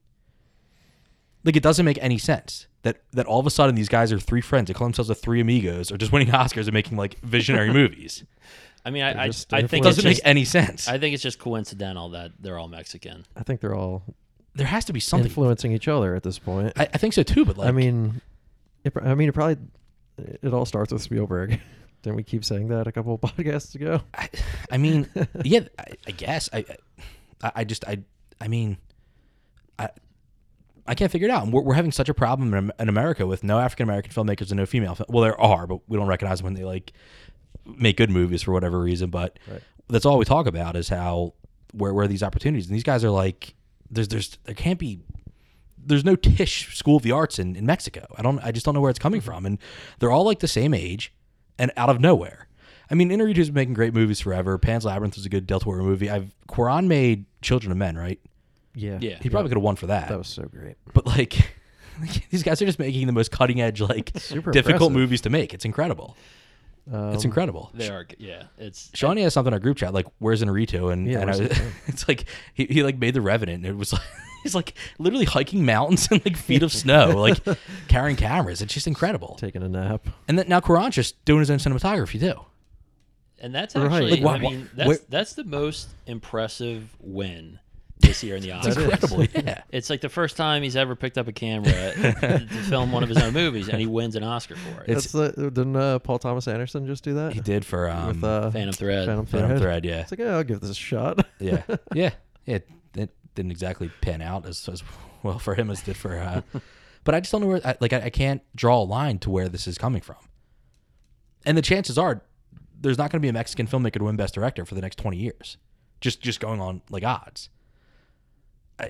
Like it doesn't make any sense that that all of a sudden these guys are three friends. They call themselves the Three Amigos, or just winning Oscars and making like visionary movies.
I mean, I I,
just
I
It
think it's
doesn't make
just,
any sense.
I think it's just coincidental that they're all Mexican.
I think they're all
there has to be something.
influencing each other at this point.
I, I think so too, but like
I mean, it, pr- I mean, it probably it all starts with Spielberg. Didn't we keep saying that a couple of podcasts ago?
I, I mean, yeah, I, I guess I, I, I just I, I mean, I, I can't figure it out. And we're, we're having such a problem in, in America with no African American filmmakers and no female. Film. Well, there are, but we don't recognize them when they like make good movies for whatever reason. But
Right.
that's all we talk about is how where where are these opportunities and these guys are like there's there's there can't be there's no Tisch School of the Arts in, in Mexico. I don't I just don't know where it's
Mm-hmm.
coming from. And they're all like the same age and out of nowhere. I mean, Inarritu's been making great movies forever. Pan's Labyrinth was a good Del Toro movie. I've Quaron made Children of Men, right?
Yeah,
Yeah.
He probably could have won for that.
That was so great.
But like these guys are just making the most cutting edge, like
Super
difficult
impressive.
movies to make. It's incredible.
Um,
it's incredible.
They are, yeah. It's
Shawnee has something in our group chat like, "Where's Inarito?" And,
Yeah,
and I
where's
was, it's like he, he like made the Revenant. And it was like he's like literally hiking mountains and like feet of snow, like carrying cameras. It's just incredible.
taking a nap.
And then now Quran's just doing his own cinematography too.
and that's
Right.
actually.
Like,
why-
I mean,
why-
that's
where-
that's the most impressive win this year in the
It's
Oscars.
incredible. Yeah.
It's like the first time he's ever picked up a camera to film one of his own movies, and he wins an Oscar for it.
It's-
That's the, didn't uh, Paul Thomas Anderson just do that
He did for um,
with uh,
Phantom Thread.
Phantom Thread?
Phantom Thread. Yeah.
It's like yeah, I'll give this a shot.
yeah. Yeah. Yeah. It, it didn't exactly pan out as, as well for him as it did for. Uh, but I just don't know where. I, like I, I can't draw a line to where this is coming from. And the chances are, there's not going to be a Mexican filmmaker to win Best Director for the next 20 years. Just just going on like odds.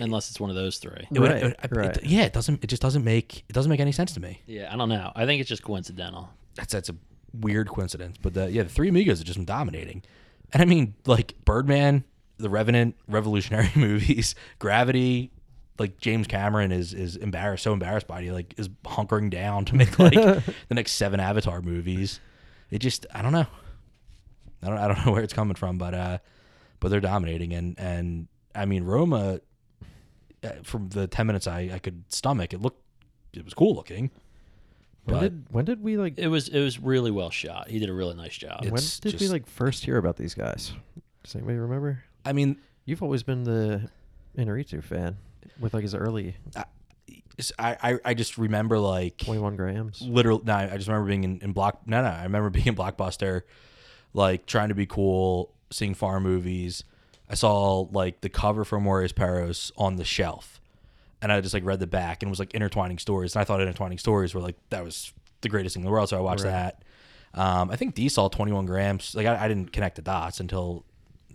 unless it's one of those three.
It would-
Right,
it would- I-
right.
it- yeah. It doesn't. It just doesn't make. It doesn't make any sense to me.
Yeah, I don't know. I think it's just coincidental.
that's that's a weird coincidence. But the, yeah, the Three Amigos are just been dominating, and I mean like Birdman, The Revenant, revolutionary movies, Gravity. Like James Cameron is is embarrassed, so embarrassed by it, he like is hunkering down to make like the next seven Avatar movies. They just I don't know. I don't I don't know where it's coming from, but uh, but they're dominating and and I mean Roma. uh, From the ten minutes I, I could stomach, it looked it was cool looking.
When
But
did when did we like
It was it was really well shot. He did a really nice job.
when
it's
did we
just-
like first hear about these guys? Does anybody remember?
I mean,
You've always been the Inaritu fan with like his early
it's- I I, I just remember like
twenty one grams.
literally no, I just remember being in, in block no no I remember being in blockbuster like trying to be cool seeing farm movies I saw like the cover from Warriors Peros on the shelf and I just like read the back and it was like intertwining stories and I thought intertwining stories were like that was the greatest thing in the world so I watched that um, I think D saw 21 grams like I, I didn't connect the dots until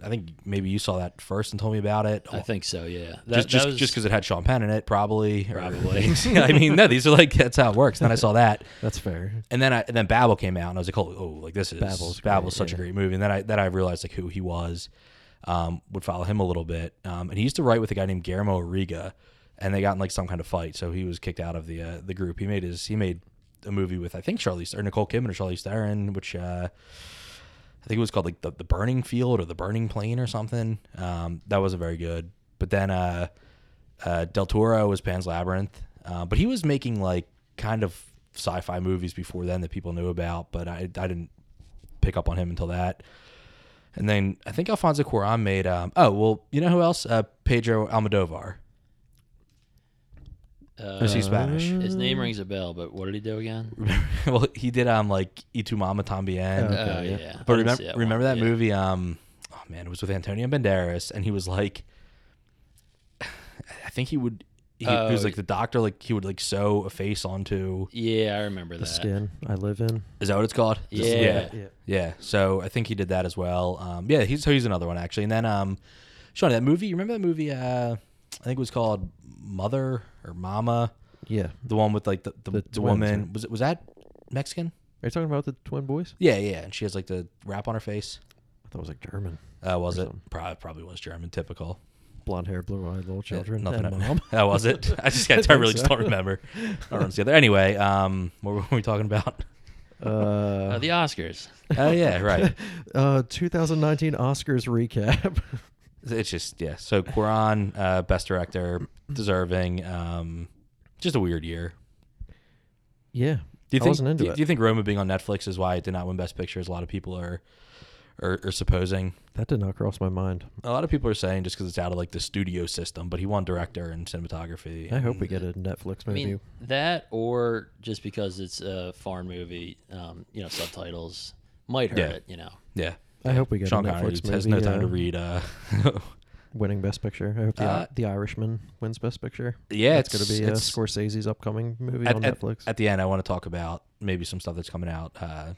I think maybe you saw that first and told me about it
I think so. Yeah.
just
That, that
just
was-
just because it had Sean Penn in it probably or-
Probably.
I mean no these are like that's how it works then I saw that
That's fair.
Mm-hmm. and then I, and then Babel came out, and I was like, oh, oh like this is
Babel's
Babel's,
great,
such
yeah.
a great movie. And then I then I realized like who he was, um, would follow him a little bit. Um, and he used to write with a guy named Guillermo Arriga, and they got in like some kind of fight, so he was kicked out of the uh, the group. He made his he made a movie with I think Charlize or Nicole Kidman or Charlize Theron, which uh, I think it was called like the, the Burning Field or the Burning Plane or something. Um, that wasn't very good. But then uh, uh, Del Toro was Pan's Labyrinth, uh, but he was making like kind of sci-fi movies before then that people knew about, but I, I didn't pick up on him until that. And then I think Alfonso Cuarón made um, oh well you know who else uh, Pedro Almodovar
uh,
is he Spanish?
his name rings a bell, but what did he do again?
well he did um like Y tu mama tambien.
Okay,
oh
yeah.
yeah.
But
I didn't
remember,
see one.
remember that
Yeah.
movie? Um, oh man, it was with Antonio Banderas, and he was like, I think he would. He, he was
Oh.
like the doctor, like he would like sew a face onto.
Yeah, I remember
The
that.
skin I live in.
Is that what it's called? This is-
Yeah.
Yeah.
yeah. So I think he did that as well. Um, yeah, he's so he's another one actually. And then um, Sean, that movie. You remember that movie? Uh, I think it was called Mother or Mama,
Yeah. Are
the one with like the the,
The
the,
twins,
woman.
right?
Was it was that Mexican?
you talking about the twin boys?
Yeah, yeah. And she has like the wrap on her face.
I thought it was like German.
Uh, was
Or
it?
something.
Probably probably was German. Typical.
Blonde hair, blue eyed little
Yeah,
children.
nothing.
and
I-
mom.
That was it. I just got. I
think
really just
so.
don't remember. I don't together. Anyway, um, what were we talking about?
Uh,
Uh,
the Oscars.
Oh yeah, right.
uh, 2019 Oscars recap.
It's just yeah. So Quran, uh, best director, deserving. Um, just a weird year.
yeah.
Do
I
you think?
wasn't into
do,
it.
do you think Roma being on Netflix is why it did not win Best Picture? As a lot of people are, are, are supposing.
That did not cross my mind.
A lot of people are saying just because it's out of like the studio system, but he won director and cinematography.
I hope we get a Netflix
I
movie.
mean that, or just because it's a foreign movie, um, you know, subtitles might hurt
Yeah.
it. You know,
Yeah,
I hope we get
Sean
a
Connery
Netflix movie.
has no time
uh,
to read. Uh,
Winning Best Picture. I hope the,
Uh,
the Irishman wins Best Picture.
yeah,
it's going to be uh,
it's-
Scorsese's upcoming movie
at,
on
at-
Netflix.
at the end, I want to talk about maybe some stuff that's coming out uh,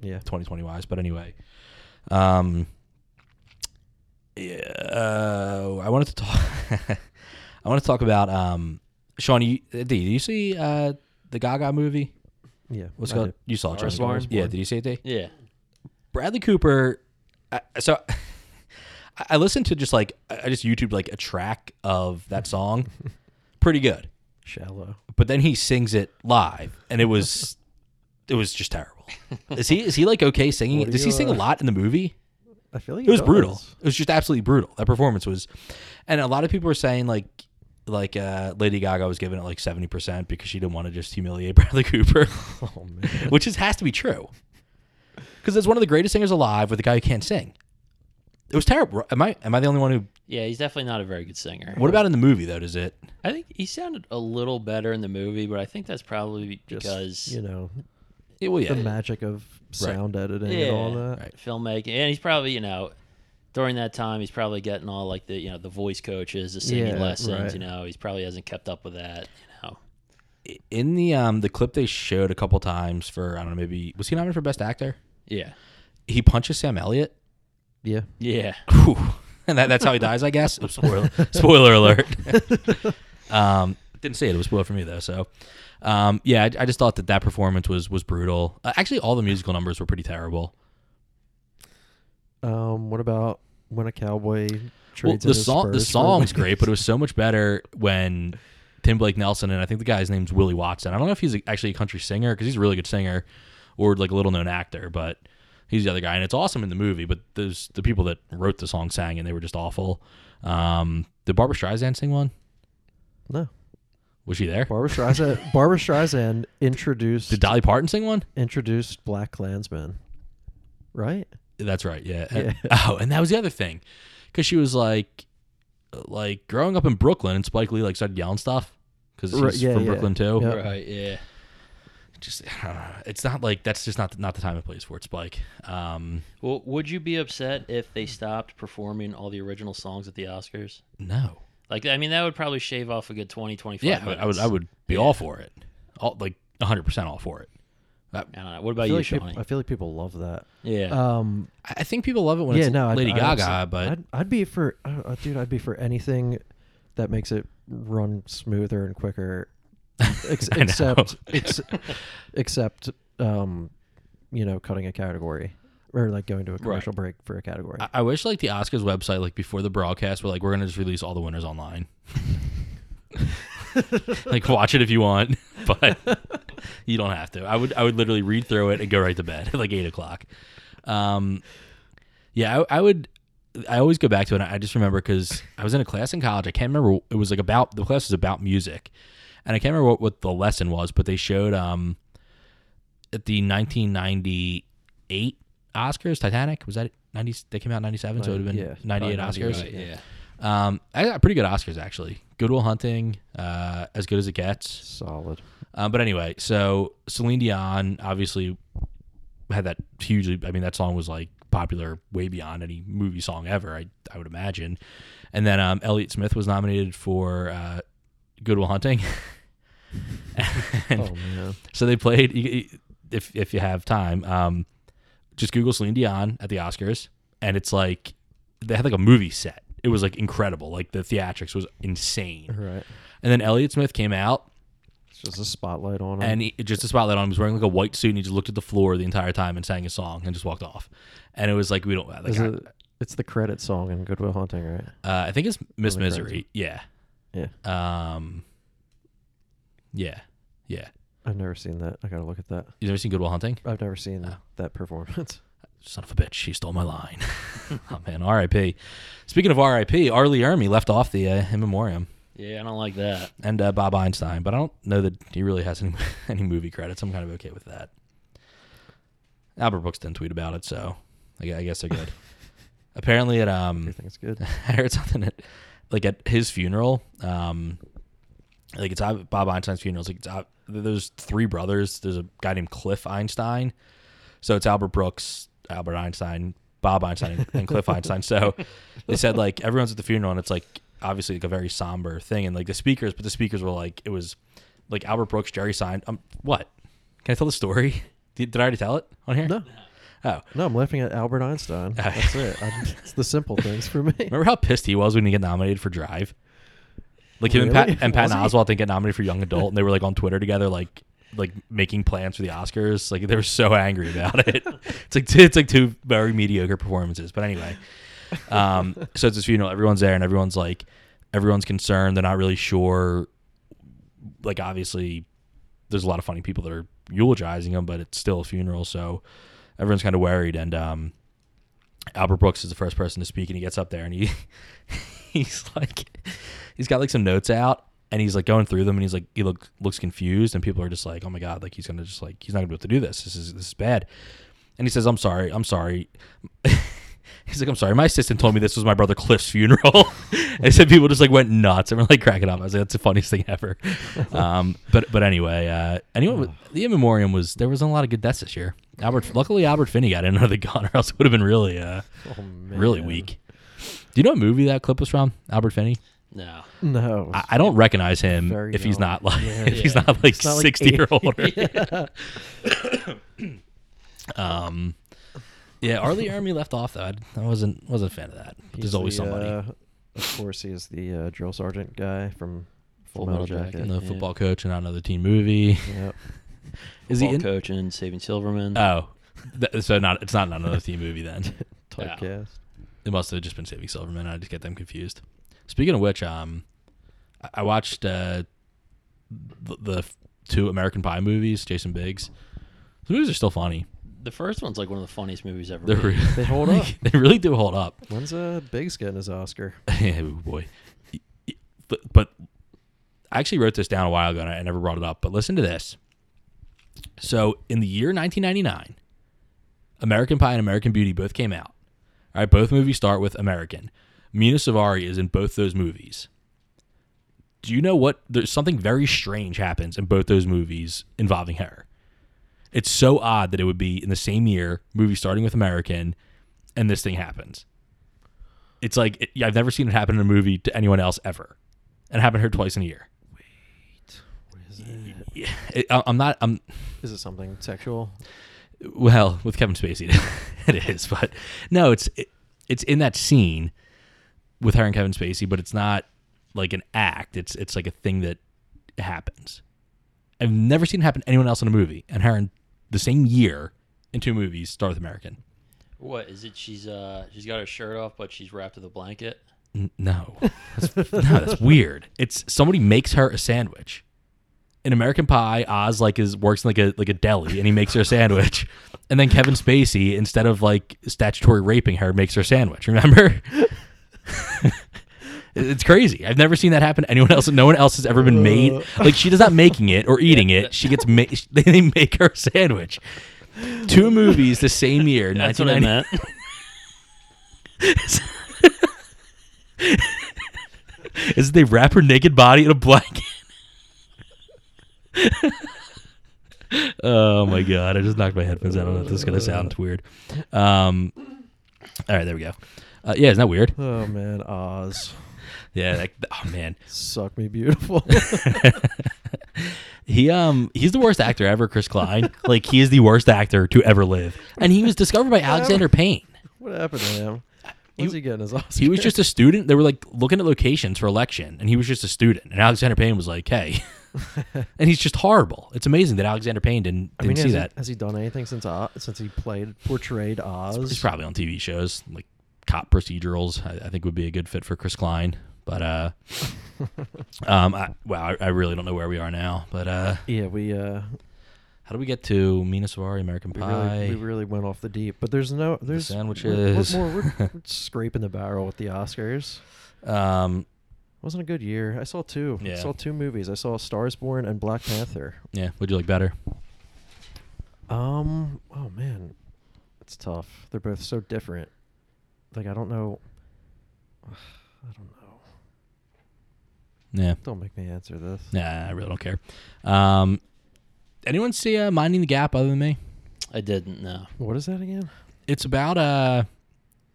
yeah.
2020 wise. But anyway, um, yeah, uh, I wanted to talk. I want to talk about um, Sean. You, D, did you see uh, the Gaga movie?
Yeah.
What's it
I
called?
do.
You saw it,
Iris
Sean.
Born.
Yeah, did you see it? D?
yeah,
Bradley Cooper. I, so I- I listened to just like I I just YouTube like a track of that song. Pretty good.
Shallow.
but then he sings it live and it was it was just terrible is he is he like okay singing
What
it?
do
does he
you,
sing a
uh,
lot in the movie
I feel like
it was brutal it was just absolutely brutal that performance was and a lot of people were saying like like uh lady gaga was giving it like 70% because she didn't want to just humiliate bradley cooper
Oh man.
which is has to be true because it's one of the greatest singers alive with a guy who can't sing it was terrible am i am i the only one who
yeah. He's definitely not a very good singer.
what about in the movie though does it
I think he sounded a little better in the movie, but I think that's probably
Just,
because
you know
it well yeah
the magic of sound editing and all
Yeah.
that.
Right.
filmmaking, and he's probably you know during that time he's probably getting all like the you know the voice coaches, the singing
Yeah,
lessons.
right.
You know, he's probably hasn't kept up with that. You know,
in the um the clip they showed a couple times for I don't know maybe was he nominated for best actor?
yeah,
He punches Sam Elliott,
Yeah.
yeah.
Whew. and that, that's how he dies. I guess. Oops, spoiler spoiler alert. um, didn't see it. It was spoiled for me though. So, um, yeah, I, I just thought that that performance was was brutal. Uh, actually, all the musical numbers were pretty terrible.
Um. What about when a cowboy
Well,
trades in
the
his
song the
spurs for
song's
wings?
great, but it was so much better when Tim Blake Nelson and I think the guy's name's Willie Watson. I don't know if he's actually a country singer because he's a really good singer, or like a little known actor, but he's the other guy, and it's awesome in the movie. But there's the people that wrote the song sang, and they were just awful. Um, did Barbara Streisand sing one?
No.
Was she there?
Barbara Streisand. Barbara Streisand introduced
Did Dolly Parton sing one?
introduced Black Klansman, right?
That's right. Yeah.
Yeah.
Oh, and that was the other thing, because she was like, like growing up in Brooklyn, and Spike Lee like started yelling stuff because he's
Right, yeah,
from
yeah.
Brooklyn too.
Yeah.
Right. Yeah.
Just I don't know. It's not like that's just not not the time and place for it, Spike. Um,
Well, would you be upset if they stopped performing all the original songs at the Oscars?
no.
Like, I mean, that would probably shave off a good 20, 25
Yeah, I would- I would. I
minutes.
would be all for it. All like 100 percent all for it.
I don't know.
Oh,
What about
I
you,
feel, like
Shawnee?
people, I feel like people love that.
yeah.
uh,
Um,
I I think people love it when
yeah,
it's
no, I'd-
Lady
I'd,
Gaga,
abso-
but
I'd, I'd be for, uh, uh, dude, I'd be for anything that makes it run smoother and quicker. Ex-
I know.
except, ex- except, um, you know, cutting a category or like going to a commercial break for a category.
I, I wish like the Oscars website, like before the broadcast, were like we're gonna just release all the winners online. like watch it if you want, but you don't have to. I would I would literally read through it and go right to bed at like eight o'clock. Um, yeah, I, I would. I always go back to it. I just remember because I was in a class in college. I can't remember. It was like about the class was about music, and I can't remember what, what the lesson was. But they showed um at the 1998 Oscars, Titanic was that it? 90? They came out in 97, so it would have been
Yeah,
98
probably
Oscars.
98,
yeah.
Um, I got pretty good Oscars actually. Goodwill Hunting, uh, as good as it gets.
Solid.
Um, but anyway, so Celine Dion obviously had that hugely. I mean, that song was like popular way beyond any movie song ever. I I would imagine. And then um, Elliot Smith was nominated for uh, Goodwill Hunting. and
oh man.
so they played. you- you- If if you have time, um, just Google Celine Dion at the Oscars, and it's like they had like a movie set. It was like incredible. Like the theatrics was insane.
Right.
And then Elliot Smith came out
It's just a spotlight on him.
and he, just a spotlight on him. He was wearing like a white suit and he just looked at the floor the entire time and sang a song and just walked off. And it was like we don't. Like,
Is
I,
it- it's the credit song in Goodwill Hunting, right?
uh, I think it's Miss
Really
Misery. Yeah.
Yeah.
Um. Yeah. Yeah.
I've never seen that. I gotta look at that.
You ever seen Goodwill Hunting?
I've never seen
Oh.
that performance.
Son of a bitch, he stole my line. oh man, R.I.P. Speaking of R.I.P., Arlie Ermy left off the uh, in memoriam,
Yeah, I don't like that.
and uh, Bob Einstein, but I don't know that he really has any any movie credits. I'm kind of okay with that. Albert Brooks didn't tweet about it, so I, gue- I guess they're good. Apparently, at um,
Everything's good.
I heard something at like at his funeral. Um, like it's ob- Bob Einstein's funeral. It's like it's ob- there's three brothers. There's a guy named Cliff Einstein. So it's Albert Brooks, Albert Einstein, Bob Einstein, and Cliff Einstein. So they said like everyone's at the funeral, and it's like obviously like a very somber thing. And like the speakers, but the speakers were like it was like Albert Brooks, Jerry Seinfeld. Um, what? Can I tell the story? Did, did I already tell it on here?
No.
Oh,
No, I'm laughing at Albert Einstein. That's it. I'm, it's the simple things for me.
Remember how pissed he was when he got nominated for Drive? Like him
Really?
and Pat and Pat
Was he?
Oswald didn't get nominated for Young Adult, and they were like on Twitter together, like like making plans for the Oscars. Like they were so angry about it. it's like two, it's like two very mediocre performances. But anyway, um, so it's this funeral. Everyone's there, and everyone's like, everyone's concerned. They're not really sure. Like obviously, there's a lot of funny people that are eulogizing him, but it's still a funeral, so everyone's kind of worried. And um, Albert Brooks is the first person to speak, and he gets up there and he he's like he's got like some notes out, and he's like going through them, and he's like he look, looks confused, and people are just like, oh my god, like he's gonna just like he's not gonna be able to do this. This is this is bad. And he says, I'm sorry, I'm sorry. He's like, I'm sorry. My assistant told me this was my brother Cliff's funeral. I said people just like went nuts and were like cracking up. I was like, that's the funniest thing ever. Um, but but anyway, uh, anyway, the in memoriam was there wasn't a lot of good deaths this year. Albert, luckily Albert Finney got in under the gun, or else it would have been really uh,
Oh, man.
really weak. Do you know what movie that clip was from? Albert Finney.
No.
No.
I, I don't recognize him
Very
if he's
young.
not like
Yeah.
if he's
Yeah.
not like
not like
sixty or older.
Yeah.
Um, yeah, Arlie Army left off though. I, I wasn't wasn't a fan of that. But
He's
there's always
the,
somebody.
uh, of course, he is the uh, drill sergeant guy from Full,
Full
Metal,
Metal
Jacket.
and
Jacket.
the
Yeah.
football coach and another teen movie.
Yep.
Is he
Football
in?
coach and Saving Silverman?
Oh, Th- so not it's not another teen movie then.
Typecast.
It must have just been Saving Silverman. I just get them confused. Speaking of which, um, I- I watched uh, the, the two American Pie movies. Jason Biggs. The movies are still funny.
The first one's like one of the funniest movies ever.
They're
made.
re-
They hold up.
they really do hold up.
When's uh Biggs getting his Oscar?
oh boy. But- But I actually wrote this down a while ago and I never brought it up. But listen to this. So in the year 1999, American Pie and American Beauty both came out. All right, both movies start with American. Mina Savari is in both those movies. Do you know what? There's something very strange happens in both those movies involving her. It's so odd that it would be in the same year, movie starting with American, and this thing happens. It's like it, yeah, I've never seen it happen in a movie to anyone else ever, and it happened to her twice in a year. Wait, it? I, I'm not. I'm
Is it something sexual?
well, with Kevin Spacey, it is. But no, it's it, it's in that scene with her and Kevin Spacey, but it's not like an act. It's it's like a thing that happens. I've never seen it happen to anyone else in a movie, and her in the same year in two movies, Star with American.
What is it? She's uh she's got her shirt off, but she's wrapped with a blanket.
N- No, that's, no, that's weird. It's somebody makes her a sandwich. In American Pie, Oz like is works in like a like a deli, and he makes her a sandwich. And then Kevin Spacey, instead of like statutory raping her, makes her a sandwich. Remember? It- it's crazy. I've never seen that happen to anyone else. No one else has ever been made like she does not making it or eating it. She gets ma- they make her a sandwich. Two movies the same year,
That's what I
1990
meant.
is they wrap her naked body in a blanket. oh my god! I just knocked my headphones out. I don't know if this is gonna sound weird. Um, all right, there we go. Uh, yeah, isn't that weird?
Oh man, Oz,
Yeah. Like, oh man,
suck me beautiful.
he um he's the worst actor ever, Chris Klein. Like he is the worst actor to ever live, and he was discovered by Alexander Payne.
what happened to him? When's
You-
he getting his Oscar?
He was just a student. They were like looking at locations for election, and he was just a student. And Alexander Payne was like, "Hey," and he's just horrible. It's amazing that Alexander Payne didn't
I
didn't
mean,
see
has,
that.
He, has he done anything since Oz, since he played portrayed Oz?
He's probably on TV shows like cop procedurals. I, I think would be a good fit for Chris Klein. But uh, um, I, wow, I, I really don't know where we are now. But uh,
yeah, we uh,
how do we get to Mina Savari, American
we
Pie?
really, we really went off the deep. But there's no there's We're,
sandwiches.
we're, more, we're, we're scraping the barrel with the Oscars.
um,
Wasn't a good year. I saw two. I
Yeah.
saw two movies. I saw Stars Born and Black Panther.
yeah, would you like better?
Um. Oh man, it's tough. They're both so different. Like I don't know. I don't know.
Yeah,
Don't make me answer this.
nah, I really don't care. Um, anyone see uh, Minding the Gap other than me?
I didn't know.
What is that again?
it's about uh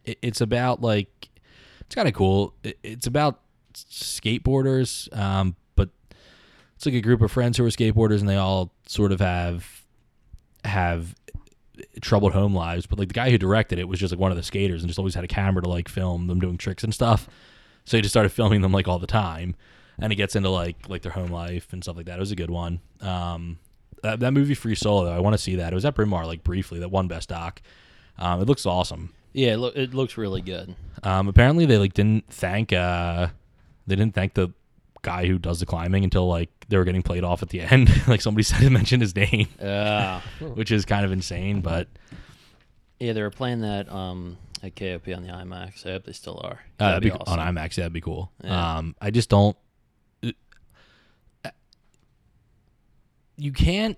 it- it's about like it's kind of cool It- it's about skateboarders um but it's like a group of friends who are skateboarders and they all sort of have have troubled home lives but like the guy who directed it was just like one of the skaters and just always had a camera to like film them doing tricks and stuff so he just started filming them like all the time and it gets into like like their home life and stuff like that it was a good one um that, that movie free solo i want to see that it was at bryn mawr like briefly that one best doc um, it looks awesome.
Yeah, it, loo- it looks really good.
Um, apparently they like didn't thank uh, they didn't thank the guy who does the climbing until like they were getting played off at the end. like somebody said to mention his name,
Yeah,
which is kind of insane. But
Uh, yeah, they were playing that um at KOP on the IMAX. I hope they still are.
uh, that'd
That'd
be,
awesome.
on IMAX, that'd be cool.
Yeah.
Um, I just don't. uh, You can't.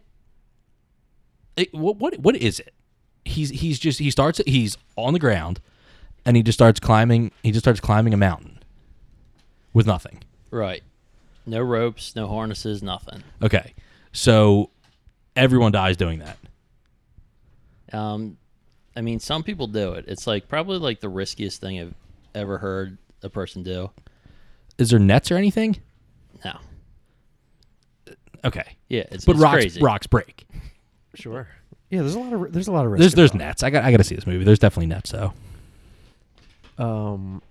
It, what what what is it? He's he's just he starts he's on the ground, and he just starts climbing. He just starts climbing a mountain with nothing.
Right. No ropes, no harnesses, nothing.
Okay. So everyone dies doing that.
Um, I mean, some people do it. It's like probably like the riskiest thing I've ever heard a person do.
Is there nets or anything?
No.
Okay.
Yeah, it's,
But
it's
rocks
crazy.
rocks break.
Sure. Yeah. There's a lot of there's a lot of risk.
There's there's
involved.
nets. I got I got to see this movie. There's definitely nets though.
Um,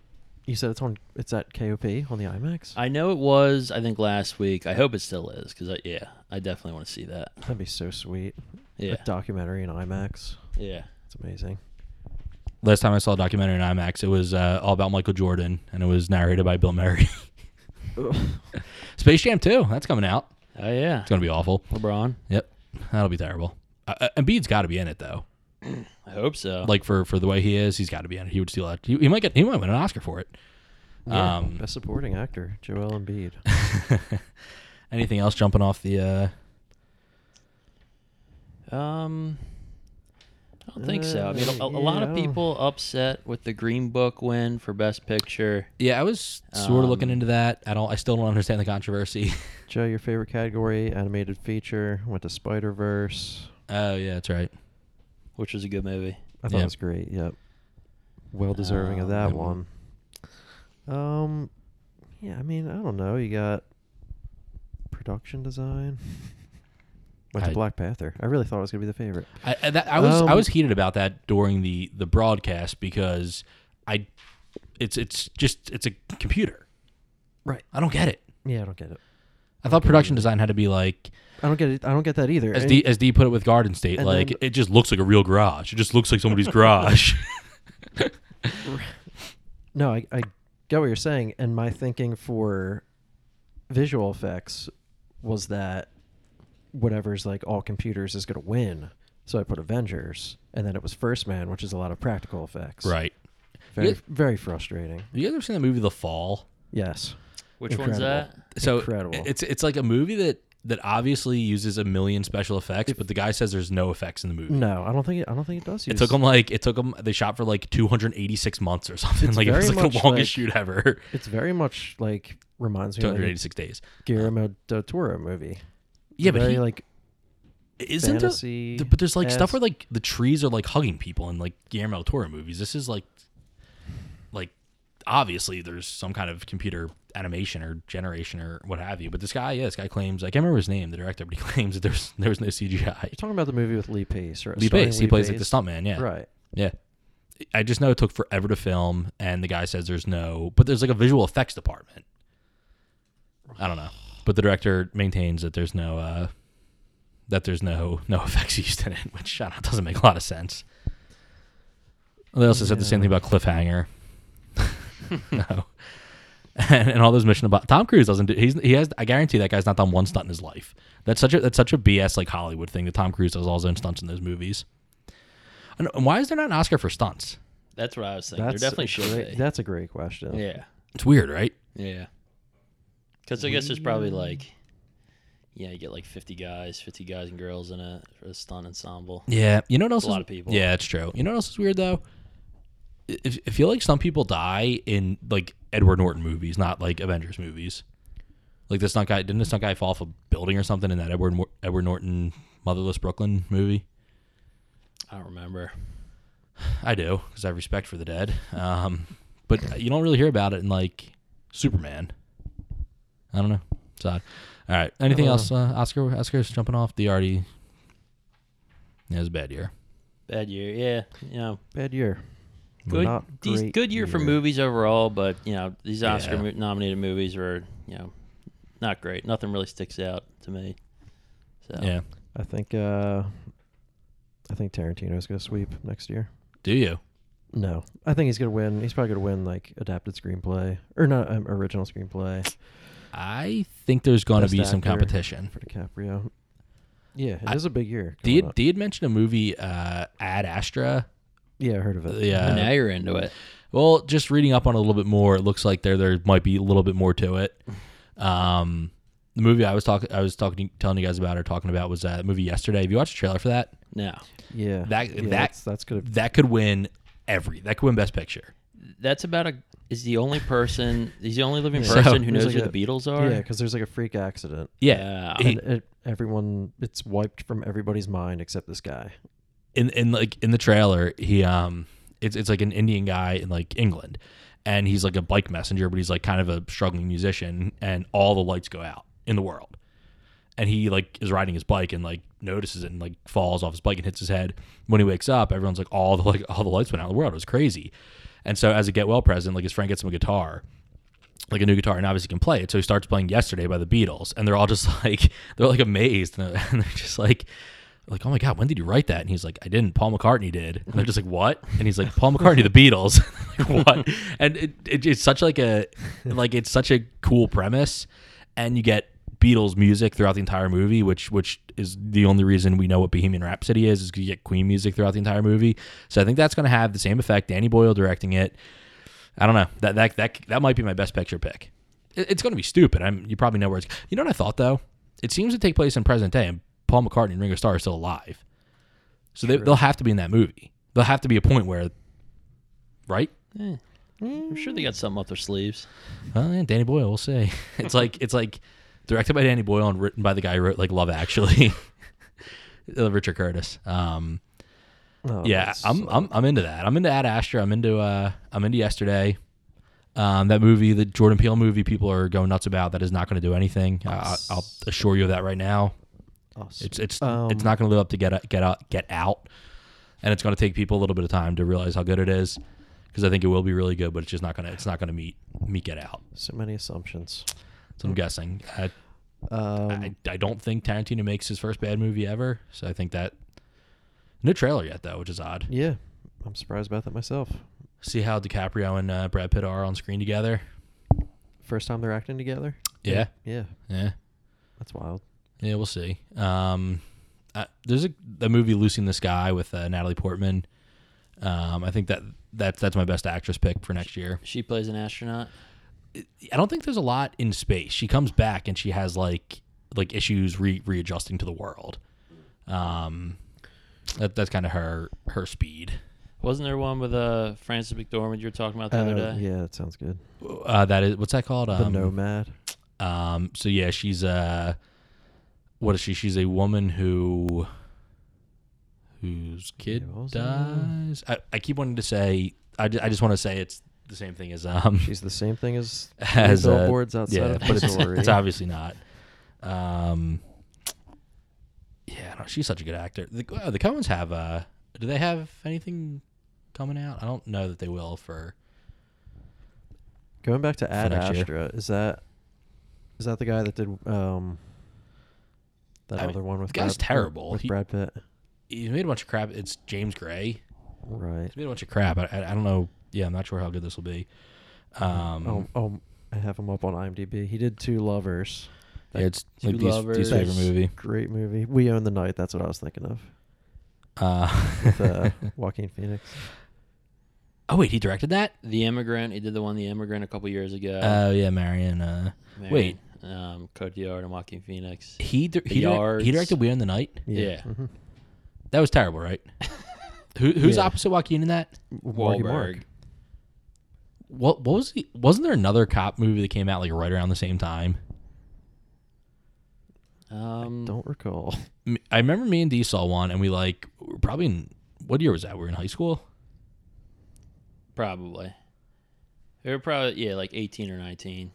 you said it's on. It's at KOP on the IMAX.
I know it was. I think last week. I hope it still is because I, yeah, I definitely want to see that.
That'd be so sweet.
Yeah,
A documentary in IMAX.
yeah.
It's amazing.
Last time I saw a documentary in IMAX, it was uh, all about Michael Jordan and it was narrated by Bill Murray. Space Jam 2, that's coming out.
Oh yeah,
It's going to be awful.
LeBron.
Yep. That'll be terrible. Uh, Embiid's got to be in it though.
I hope so.
Like for for the way he is, he's got to be in it. He would steal that. He, he might get. He might win an Oscar for it.
Yeah,
Um,
best supporting actor, Joel Embiid.
Anything else jumping off the? Uh,
Um, I don't think so. I mean, a, a
Uh,
lot
yeah, I
of
don't-
people upset with the Green Book win for Best Picture.
yeah, I was sort of looking
Um,
into that. I don't. I still don't understand the controversy.
Joe, your favorite category, animated feature, went to Spider Verse.
oh yeah, that's right.
which was a good movie.
I thought
Yeah.
it was great. Yep. Well deserving of
Um,
that
yeah.
one. Um, yeah, I mean, I don't know. You got production design. Went to
I-
Black Panther. I really thought it was gonna be the favorite.
I, I, that, I was I
Um,
was heated about that during the the broadcast because I, it's it's just it's a computer.
Right.
I don't get it.
Yeah, I don't get it.
I thought production design had to be like
I don't get it. I don't get that either.
as
And-
D as D put it with Garden State,
and
like
then-
it just looks like a real garage. It just looks like somebody's garage.
No, I, I get what you're saying, and my thinking for visual effects was that whatever's like all computers is going to win. So I put Avengers, and then it was First Man, which is a lot of practical effects.
right.
Very,
Yeah.
very frustrating.
Have you guys ever seen that movie The Fall?
Yes.
Which one's that?
Incredible.
So
Incredible.
It's it's like a movie that that obviously uses a million special effects, but the guy says there's no effects in the movie.
No, I don't think it, I don't think it does. Use,
It took them like it took them. They shot for like 286 months or something.
It's
like it was
very
like the
much
longest
like-
shoot ever.
It's very much like reminds me of like
286 days.
a Guillermo del Toro movie.
Yeah, but
very
he,
like
isn't there,
fantasy.
th- but there's like stuff
esque.
where like the trees are like hugging people in like Guillermo del Toro movies. This is like like obviously there's some kind of computer animation or generation or what have you. But this guy, yeah, this guy claims I can't remember his name, the director, but he claims that there's there was no CGI.
You're talking about the movie with Lee Pace, right?
Lee
Starring
Pace, he
Lee
plays like the
Pace.
stuntman. Yeah,
Right.
yeah. I just know it took forever to film, and the guy says there's no, but there's like a visual effects department. I don't know, but the director maintains that there's no, uh, that there's no no effects used in it, which I don't, doesn't make a lot of sense. They also said the same thing about Cliffhanger. no, and, and all those Mission about Tom Cruise doesn't do. He's he has. I guarantee that guy's not done one stunt in his life. That's such a that's such a BS like Hollywood thing that Tom Cruise does all his own stunts in those movies. And and why is there not an Oscar for stunts?
That's what I was thinking. There definitely
a
should
great-
be.
That's a great question.
Yeah,
It's weird, right?
yeah. Because I guess there's probably like, yeah, you get like 50 guys, 50 guys and girls in a, for a stunt ensemble.
Yeah, you know what else?
a
is-
lot of people.
Yeah, it's true. You know what else is weird though? I- I I feel like some people die in like Edward Norton movies, not like Avengers movies. Like this stunt guy didn't this stunt guy fall off a building or something in that Edward Mor- Edward Norton Motherless Brooklyn movie?
I don't remember.
I do because I have respect for the dead. Um, but you don't really hear about it in like Superman. I don't know. It's odd. All right. Anything
Uh-huh.
don't
else? Uh, Oscar Oscar's jumping off the already. Yeah, it was a bad year.
Bad year. Yeah, you know,
Bad year.
good.
Not
these-
great
good year, for
year.
movies overall, but you know, these Oscar
Yeah.
mo- nominated movies were you know not great. Nothing really sticks out to me. So
Yeah.
I think uh I think Tarantino's gonna sweep next year.
Do you?
No. I think he's gonna win he's probably gonna win like adapted screenplay. Or not um, original screenplay
I think there's going to
Best
be some
actor.
competition.
for DiCaprio. Yeah, it is
I-
a big year. coming
Did
up.
did mention a movie uh, Ad Astra?
yeah, I heard of it.
Yeah.
Oh, now you're into it.
Well, just reading up on it a little bit more, it looks like there there might be a little bit more to it. Um, the movie I was talking I was talking telling you guys about or talking about was that movie yesterday. Have you watched the trailer for that?
Now
Yeah.
That-
yeah,
that-
that's, that's gonna
That could win every. That could win Best Picture.
that's about a is the only person he's the only living
Yeah.
person
So-
who
There's
knows
like
who
a-
the Beatles are.
Yeah, because there's like a freak accident.
Yeah.
Yeah.
He-
And it, everyone it's wiped from everybody's mind except this guy.
in in like in the trailer, he um, it's it's like an Indian guy in like England, and he's like a bike messenger, but he's like kind of a struggling musician, and all the lights go out in the world, and he like is riding his bike and like notices it and like falls off his bike and hits his head. When he wakes up, everyone's like all the like all the lights went out in the world. It was crazy, and so as a get well present, like his friend gets him a guitar, like a new guitar and obviously can play it. So he starts playing Yesterday by the Beatles, and they're all just like they're like amazed and they're, and they're just like like oh my god, when did you write that? And he's like, I didn't. Paul McCartney did. And they're just like, what? And he's like, Paul McCartney, the Beatles. like, what? And it, it, it's such like a like it's such a cool premise, and you get. Beatles music throughout the entire movie, which which is the only reason we know what Bohemian Rhapsody is, is 'cause you get Queen music throughout the entire movie. So I think that's going to have the same effect. Danny Boyle directing it. I don't know. That that that that might be my best picture pick. It- it's going to be stupid. I'm. You probably know where it's. You know what I thought though? It seems to take place in present day, and Paul McCartney and Ringo Starr are still alive. So they, they'll have to be in that movie. There'll have to be a point where, right?
Eh, I'm sure they got something up their sleeves.
Well, yeah, Danny Boyle, we'll see. It's like it's like directed by Danny Boyle and written by the guy who wrote like Love Actually, Uh, Richard Curtis. Um,
Oh,
yeah,
that's-
I'm, I'm I'm into that. I'm into Ad Astra. I'm into uh I'm into Yesterday. Um, that movie, the Jordan Peele movie, people are going nuts about. That is not going to do anything. I, I- I'll assure you of that right now.
us.
It's it's
Um,
it's not going to live up to get out, get out get out, and it's going to take people a little bit of time to realize how good it is. Because I think it will be really good, but it's just not gonna it's not gonna meet meet Get Out.
so many assumptions.
So I'm
Mm.
guessing. I,
Um,
I, I don't think Tarantino makes his first bad movie ever, so I think that no trailer yet though, which is odd.
yeah, I'm surprised about that myself.
See how DiCaprio and uh, Brad Pitt are on screen together.
First time they're acting together.
Yeah,
Yeah,
yeah,
that's wild.
yeah. We'll see. Um, uh, there's a the movie "Lucy in the Sky" with uh, Natalie Portman. Um, I think that that's that's my best actress pick for next year.
She plays an astronaut.
I don't think there's a lot in space. She comes back and she has like like issues re- readjusting to the world. Um, that, that's kind of her her speed.
Wasn't there one with uh, Francis McDormand you were talking about the
Uh,
other day?
yeah, that sounds good.
Uh, that is what's that called?
The
Um,
Nomad.
um, so yeah, she's uh what is she? She's a woman who whose kid
Yeah, what was that?
dies. I, I keep wanting to say I, ju- I just want to say it's the same thing as um
She's the same thing as,
as
the
uh,
billboards outside
yeah,
of
but it's,
Missouri.
it's obviously not. Um, yeah, no, she's such a good actor. The, uh, the Coens have uh, do they have anything coming out? I don't know that they will for.
Going back to Ad
next year.
Astra, is that is that the guy that did um that
I mean,
other one with
the guy's
Brad,
terrible.
with
He-
Brad Pitt?
He made a bunch of crap. It's James Gray.
Right.
He's made a bunch of crap. I, I, I don't know. Yeah, I'm not sure how good this will be. Um,
oh, oh, I have him up on IMDb. He did Two Lovers. that-
it's
Two
like Dee's- Dee's
Lovers.
favorite movie.
Great movie. We Own the Night. That's what I was thinking of.
Uh,
With uh, Joaquin Phoenix.
oh wait, he directed that.
The Immigrant. He did the one The Immigrant a couple years ago.
Oh yeah, Marion. Uh, wait.
Marion, Um, Cotillard and Joaquin Phoenix.
he dir-
The
he, direct- he
Yards.
directed We Own the Night.
Yeah.
mhm.
That was terrible, right? Who, who's
Yeah.
opposite Joaquin in that?
Marky Mark.
Wahlberg.
What what was he? Wasn't there another cop movie that came out like right around the same time?
Um,
Don't recall.
M- I remember me and D saw one, and we like we were probably in what year was that? We were in high school.
Probably. They were probably yeah, like eighteen or nineteen.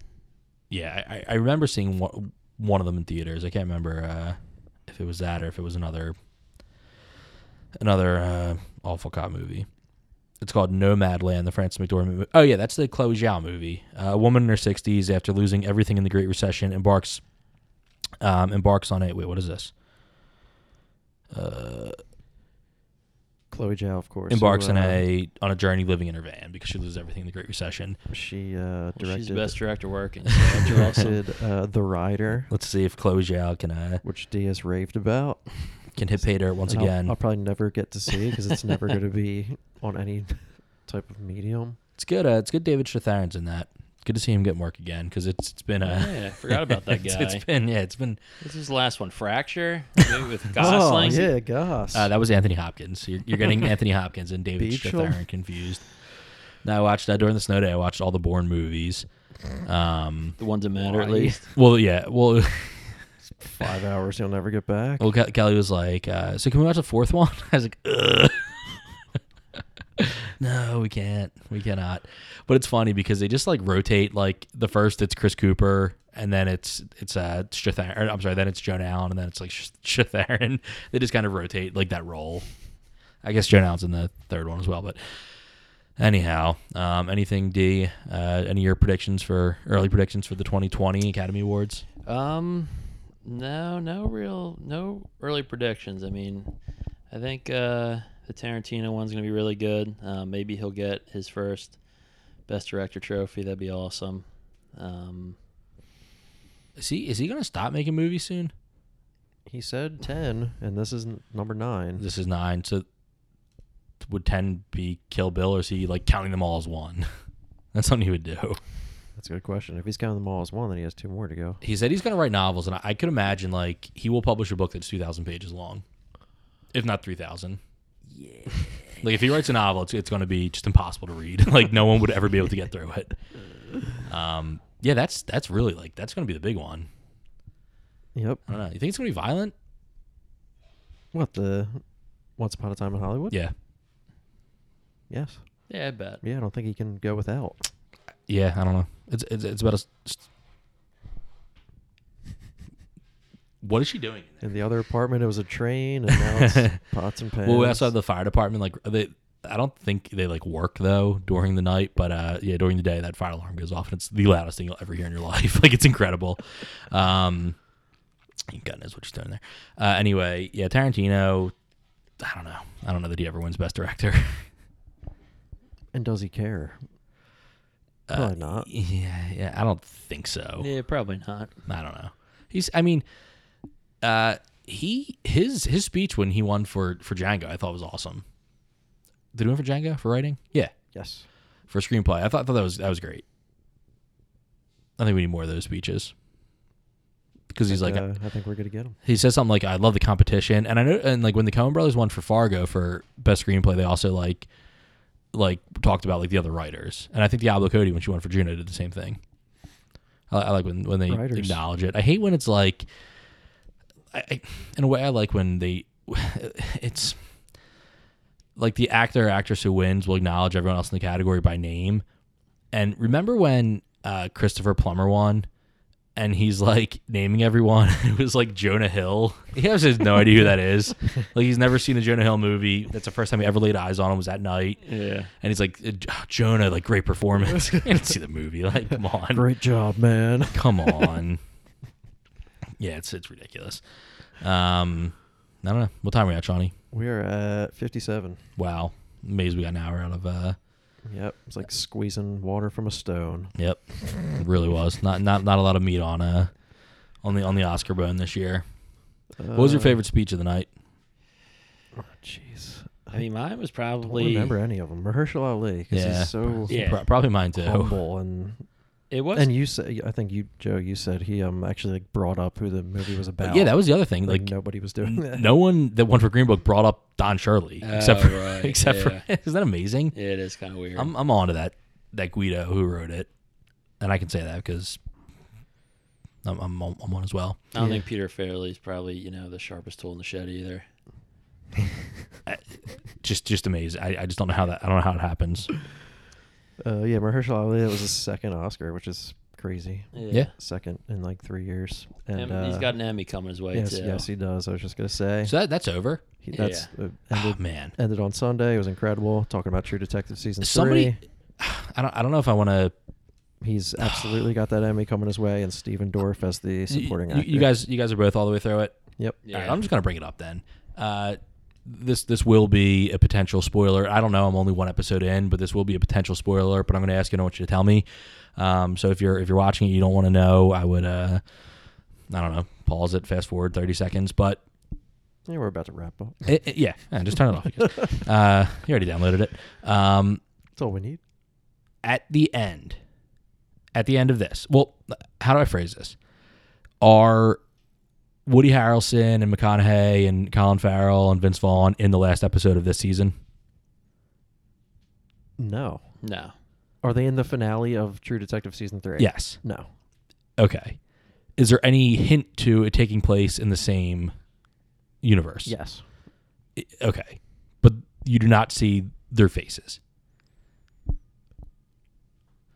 Yeah, I, I- I remember seeing one, one of them in theaters. I can't remember uh, if it was that or if it was another another uh, awful cop movie. It's called Nomadland, the Francis McDormand movie. Oh yeah, that's the Chloe Zhao movie. Uh, a woman in her sixties, after losing everything in the Great Recession, embarks um, embarks on a wait, what is this? Uh,
Chloe Zhao, of course. who,
embarks on
uh,
a on a journey living in her van because she loses everything in the Great Recession.
She uh,
Well, she's the
directed.
best director working. so that's awesome.
directed uh, The Rider,
Let's see if Chloe Zhao can uh,
which Diaz raved about.
can hit pay dirt once
And I'll-
again.
I'll, probably never get to see it because it's never going to be on any type of medium.
It's good. Uh, it's good. David Strathairn's in that. Good to see him get work again because it's it's been
Oh,
uh,
yeah, I forgot about that
it's-
guy.
it's been yeah, it's been
This is the last one, Fracture maybe with Gosling.
Oh, yeah, Goss.
uh, that was Anthony Hopkins. You're, you're getting Anthony Hopkins and David
Beecham.
Strathairn confused. Now I watched uh, during the snow day. I watched all the Bourne movies. Um,
The ones that matter at
Why?
least.
well, yeah, well,
Five hours, you'll never get back.
well, Ke- Kelly was like, uh, "So can we watch the fourth one?" I was like, Ugh. "No, we can't. We cannot." But it's funny because they just like rotate. Like the first, it's Chris Cooper, and then it's it's uh Strathairn. or, I'm sorry, then it's Joan Allen, and then it's like Sh- Strathairn. They just kind of rotate like that role. I guess Joan Allen's in the third one as well, but. Anyhow, um, anything D? Uh, any of your predictions for early predictions for the 2020 Academy Awards?
Um, no, no real, no early predictions. I mean, I think uh, the Tarantino one's gonna be really good. Uh, maybe he'll get his first Best Director trophy. That'd be awesome. Um,
Is he is he gonna stop making movies soon?
He said ten, and this is n- number nine.
Mm-hmm. This is nine. So would ten be Kill Bill, or is he like counting them all as one? That's something he would do.
That's a good question. If he's counting them all as one, then he has two more to go.
He said he's gonna write novels, and I, I could imagine like he will publish a book that's two thousand pages long, if not three thousand. Yeah. Like if he writes a novel, it's, it's going to be just impossible to read. like no one would ever be able to get through it. Um, yeah, that's that's really like that's going to be the big one.
Yep.
I don't know. You think it's going to be violent?
What the? Once upon a time in Hollywood.
Yeah.
Yes.
Yeah, I bet.
Yeah, I don't think he can go without.
Yeah, I don't know. It's it's, it's about a. s- What is she doing?
In the other apartment, it was a train, and now it's pots and pans.
Well, we also have the fire department. Like they, I don't think they like work though during the night, but uh, yeah, during the day that fire alarm goes off and it's the loudest thing you'll ever hear in your life. like it's incredible. Um, God knows what she's doing there. Uh, anyway, yeah, Tarantino. I don't know. I don't know that he ever wins Best Director.
and does he care?
Uh,
Probably not.
yeah, yeah, I don't think
Oh.
so.
Yeah, probably not.
I don't know. He's. I mean, uh, he his his speech when he won for for Django, I thought was awesome. Did he win for Django for writing? Yeah.
Yes.
for a screenplay. I thought, I thought that was that was great. I think we need more of those speeches because he's like
uh, I think we're gonna get him.
he says something like I love the competition and I know and like when the Coen Brothers won for Fargo for best screenplay they also like like talked about like the other writers and I think Diablo Cody when she won for Juno did the same thing. I, I like when when they
Writers.
acknowledge it. I hate when it's like I, I in a way I like when they it's like the actor or actress who wins will acknowledge everyone else in the category by name. And remember when uh, Christopher Plummer won and he's like naming everyone? it was like Jonah Hill. He has just no idea who that is. Like he's never seen a Jonah Hill movie. That's the first time he ever laid eyes on him was that night.
Yeah.
And he's like, "Uh, J- Jonah, like great performance. I didn't see the movie. Like, come on.
Great job, man.
Come on. yeah, it's it's ridiculous. Um, I don't know. What time are we at, Shawnee?
We are at fifty-seven.
Wow. Amazed we got an hour out of uh
Yep, it's like squeezing water from a stone.
Yep, it really was not not not a lot of meat on uh on the on the Oscar bone this year. What was your
Uh, oh,
favorite speech of the night?
Jeez,
I mean, mine was
I don't
probably.
remember any of them. Mahershala Ali, 'cause
Yeah.
he's so
Yeah.
Pro- probably mine too.
humble and
It was.
and you said I think you Joe you said he um actually like brought up who the movie was about.
But Uh, yeah, that was the other thing.
like,
Like
nobody was doing that.
n- no one that won for Green Book brought up Don Shirley
Oh,
except for
right,
except
yeah.
for is that amazing?
it is kind of weird.
I'm I'm on to that that Guido who wrote it, and I can say that because I'm I'm on, I'm on as well.
I don't
Yeah.
think Peter Fairley's probably you know the sharpest tool in the shed either.
Just just amazing. I, I just don't know how that I don't know how it happens.
Uh, yeah, Mahershala Ali. That was his second Oscar, which is crazy.
Yeah.
Second in like three years, and
And
uh,
he's got an Emmy coming his way
yes,
too.
yes, he does. I was just gonna say
So that, that's over.
he, that's uh,
Oh
ended,
man.
ended on Sunday. It was incredible. Talking about True Detective season
Somebody-
three.
I don't I don't know if I want to
He's absolutely got that Emmy coming his way, and Stephen Dorff as the supporting
you,
actor.
you guys, you guys are both all the way through it.
Yep.
Yeah.
All right, I'm just gonna bring it up then. Uh, this this will be a potential spoiler. I don't know. I'm only one episode in, but this will be a potential spoiler. But I'm gonna ask you. I don't want you to tell me. Um, so if you're if you're watching it, you don't want to know. I would. Uh, I don't know. Pause it. Fast forward 30 seconds. But
Yeah, we're about to wrap up.
it, it- yeah, yeah, just turn it off. you guys. uh, you already downloaded it. Um,
That's all we need.
at the end, at the end of this, well, how do I phrase this? Are Woody Harrelson and McConaughey and Colin Farrell and Vince Vaughn in the last episode of this season?
No.
No.
Are they in the finale of True Detective season three?
Yes.
No.
Okay. Is there any hint to it taking place in the same universe?
Yes.
I- Okay. But you do not see their faces.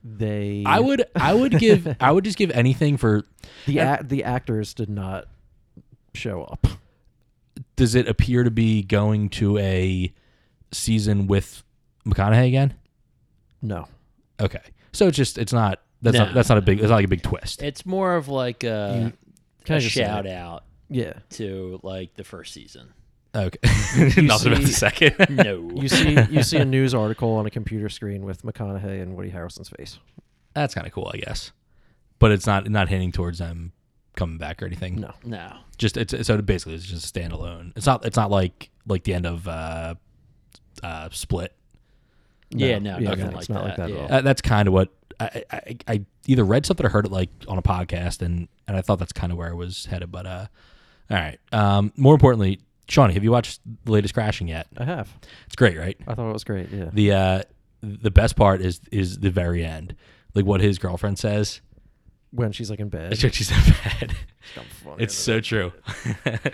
They.
I would I would give I would just give anything for
The ac the actors did not show up.
does it appear to be going to a season with McConaughey again?
No.
Okay. So it's just it's not that's
No.
not that's not a big that's not like a big twist.
It's more of like a,
Can I
a
just say
shout
it?
out
Yeah.
to like the first season.
okay. Nothing about the
see-
second.
No.
You see you see a news article on a computer screen with McConaughey and Woody Harrelson's face.
that's kind of cool, I guess. But it's not not hinting towards them coming back or anything.
No.
No.
Just it's so basically it's just a standalone. It's not it's not like like the end of uh, uh, Split.
Yeah, no,
yeah,
nothing
no,
like
it's not like
that,
that at
yeah.
all.
Uh, that's kind of what I, I I either read something or heard it like on a podcast, and and I thought that's kind of where I was headed. But uh, all right. Um, more importantly, Shawnee, have you watched the latest Crashing yet?
I have.
It's great, right?
I thought it was great. Yeah.
The uh, the best part is is the very end, like what his girlfriend says.
when she's like in bed.
It's actually so bad.
I'm funny
It's
under
so true.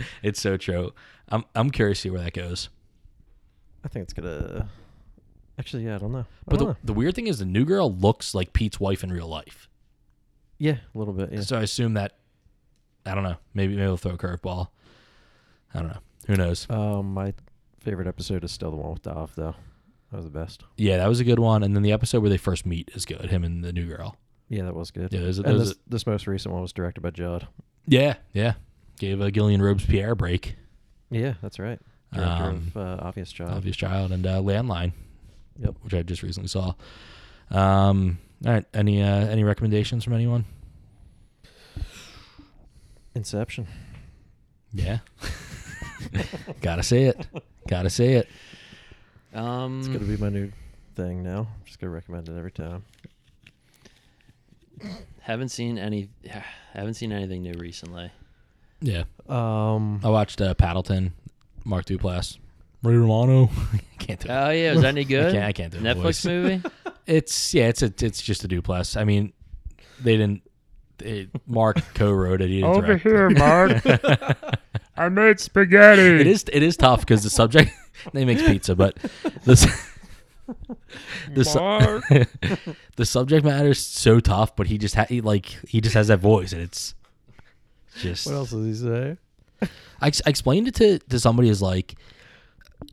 it's so true. I'm I'm curious to see where that goes.
that. I think it's gonna. Actually, yeah, I don't know. I
But
don't
the,
know.
the weird thing is, the new girl looks like Pete's wife in real life.
yeah, a little bit. Yeah.
So I assume that I don't know. Maybe maybe they'll throw a curveball. I don't know. Who knows?
Um, my favorite episode is still the one with Dov, though. That was the best.
Yeah, that was a good one. And then the episode where they first meet is good. Him and the new girl.
Yeah, that was good.
Yeah, those-
and
those-
this, this most recent one was directed by Judd.
Yeah, yeah. Gave a Gillian Robespierre a break.
Yeah, that's right. Director
Um,
of uh, Obvious Job.
Obvious Child and uh, Landline.
Yep.
Which I just recently saw. Um. All right. Any uh, any recommendations from anyone?
Inception.
Yeah. Gotta say it. Gotta say it.
Um,
It's
Mm.
gonna be my new thing now. I'm just gonna recommend it every time.
haven't seen any. Haven't seen anything new recently.
Yeah.
Um,
I watched uh, Paddleton, Mark Duplass, Ray Romano. I can't do it.
Oh yeah, was that any good?
can't- I can't do it,
Netflix
boys.
movie.
It's yeah, it's a, it's just a Duplass. I mean, they didn't. It, Mark co-wrote it. He didn't direct it.
Mark. I made spaghetti.
It is it is tough because the subject they makes pizza, but the s- the, su- the subject matter is so tough. But he just ha- he, like he just has that voice, and it's just
what else does he say?
I, ex- I explained it to, to somebody as like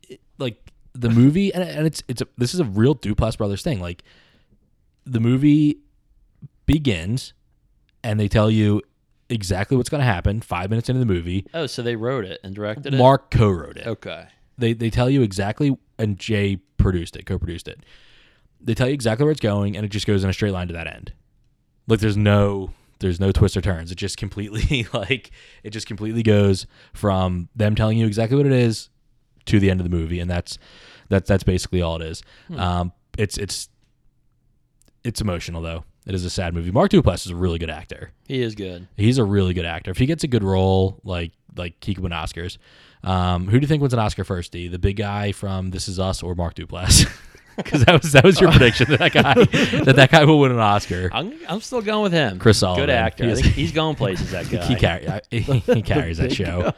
it- like the movie and, and it's it's a, this is a real Duplass brothers thing like the movie begins and they tell you exactly what's going to happen 5 minutes into the movie
Oh, so they wrote it and directed it.
Mark co-wrote it
Okay.
they they tell you exactly and Jay produced it co-produced it they tell you exactly where it's going and it just goes in a straight line to that end like there's no there's no twists or turns it just completely like it just completely goes from them telling you exactly what it is to the end of the movie and that's that's that's basically all it is um it's it's it's emotional though it is a sad movie mark duplass is a really good actor
He is good.
he's a really good actor if he gets a good role like like he could win oscars um who do you think wins an oscar first d the big guy from this is us or mark duplass because that was that was your prediction that that guy that that guy will win an oscar
I'm, I'm still going with him.
Chris
Good
Sullivan.
actor.
He
I
is-
think he's going places. That guy.
He, carry, I- he, he carries that show.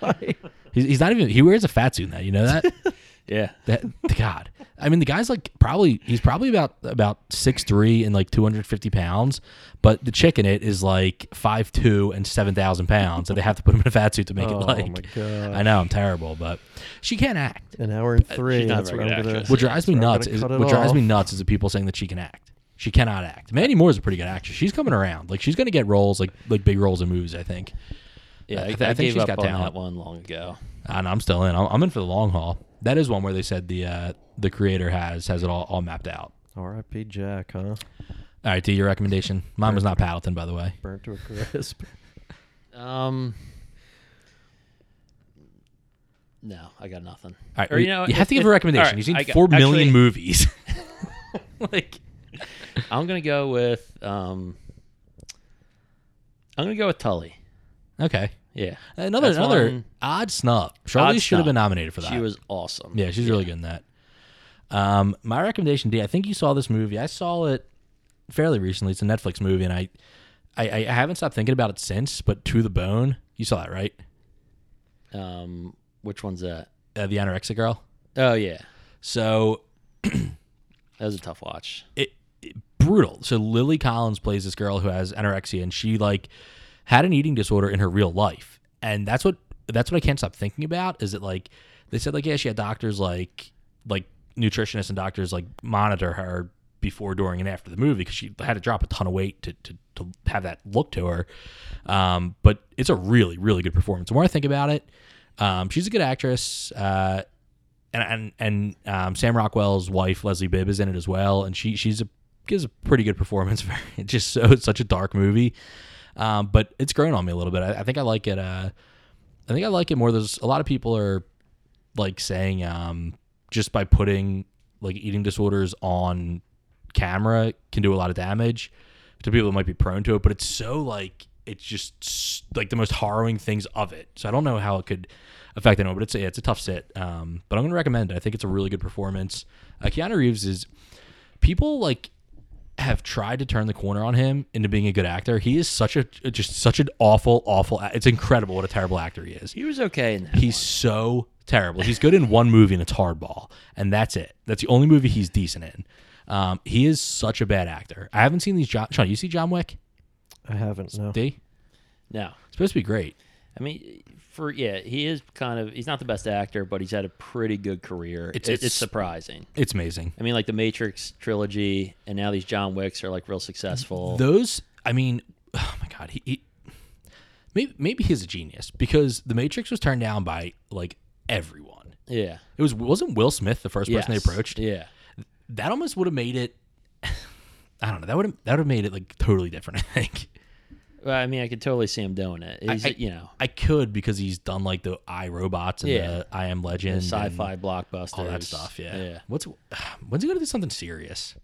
He's, he's not even. He wears a fat suit now. You know that.
yeah.
that God. I mean, the guy's like probably. He's probably about about six three and like two hundred fifty pounds. But the chick in it is like five two and seven thousand pounds. So they have to put him in a fat suit to make
Oh
it
my
like.
gosh.
I know I'm terrible, but she can't act.
An hour and three.
she's not a
That's
very
what
good
I'm gonna.
actress.
What drives me
we're gonna
nuts is
cut it
what drives me
off.
nuts is the people saying that she can act. She cannot act. Mandy Moore is a pretty good actress. She's coming around. Like she's going to get roles, like like big roles in movies. I think.
Yeah.
I
I,
th-
I
I think
gave
she's
up
got
on
talent.
that one long ago.
and I'm still in. I'm, I'm in for the long haul. That is one where they said the uh, the creator has has it all, all mapped out.
R.I.P. Jack, huh?
All right, D, your recommendation. Mine was not Paddleton, by the way.
Burnt to a crisp.
Um. No, I got nothing.
All right,
Or,
you,
you know,
you have
if-
to give
if-
a recommendation.
all right,
You've seen
I got-
four million
actually-
movies.
like I'm gonna go with um I'm gonna go with Tully.
okay,
Yeah.
another
That's
another
one-
odd snub. Charlie
Odd
should have
snub.
been nominated for that.
She was awesome.
Yeah, she's really good in that. Um, my recommendation, D. I think you saw this movie. I saw it fairly recently. It's a Netflix movie, and I, I, I haven't stopped thinking about it since. But To the Bone, you saw that, right?
Um which one's that?
Uh, the anorexic girl.
Oh yeah.
So
That was a tough watch.
it, it- brutal. So Lily Collins plays this girl who has anorexia, and she like had an eating disorder in her real life, and that's what that's what I can't stop thinking about. Is it like they said like yeah she had doctors like like nutritionists and doctors like monitor her before, during, and after the movie because she had to drop a ton of weight to to, to have that look to her. Um, but it's a really really good performance. The more I think about it, um, she's a good actress. Uh, and and, and um, Sam Rockwell's wife Leslie Bibb is in it as well, and she she's a gives a pretty good performance. For, it's just so it's such a dark movie, Um, but it's grown on me a little bit. I, I think I like it. Uh, I think I like it more. There's a lot of people are like saying um, just by putting like eating disorders on camera can do a lot of damage to people that might be prone to it. But it's so like it's just s- like the most harrowing things of it. So I don't know how it could affect anyone, but it's a, it's a tough sit. Um, but I'm gonna recommend it. I think it's a really good performance. Uh, Keanu Reeves is people like have tried to turn the corner on him into being a good actor. He is such a just such an awful, awful. a- It's incredible what a terrible actor he is.
He was okay in that.
He's so terrible. He's good in one movie and it's Hardball, and that's it. That's the only movie he's decent in. Um, he is such a bad actor. I haven't seen these John. Sean, you see John Wick?
I haven't. No.
D.
no.
It's supposed to be great.
I mean, for yeah, he is kind of. He's not the best actor, but he's had a pretty good career.
It's-
It's it's,
it's-
surprising.
It's amazing.
I mean, like the Matrix trilogy, and now these John Wicks are like real successful.
Those, I mean, oh my god, he, he maybe maybe he's a genius because The Matrix was turned down by like everyone.
yeah.
It was wasn't Will Smith the first person
Yes.
they approached.
Yeah.
That almost would have made it. I don't know. That would have that would have made it like totally different. I think
Well, I mean, I could totally see him doing it. He's,
I-
you know,
I could because he's done like the I Robots and
Yeah.
the I Am Legend, and
sci-fi blockbusters,
all that stuff. Yeah.
Yeah.
What's when's he gonna do something serious?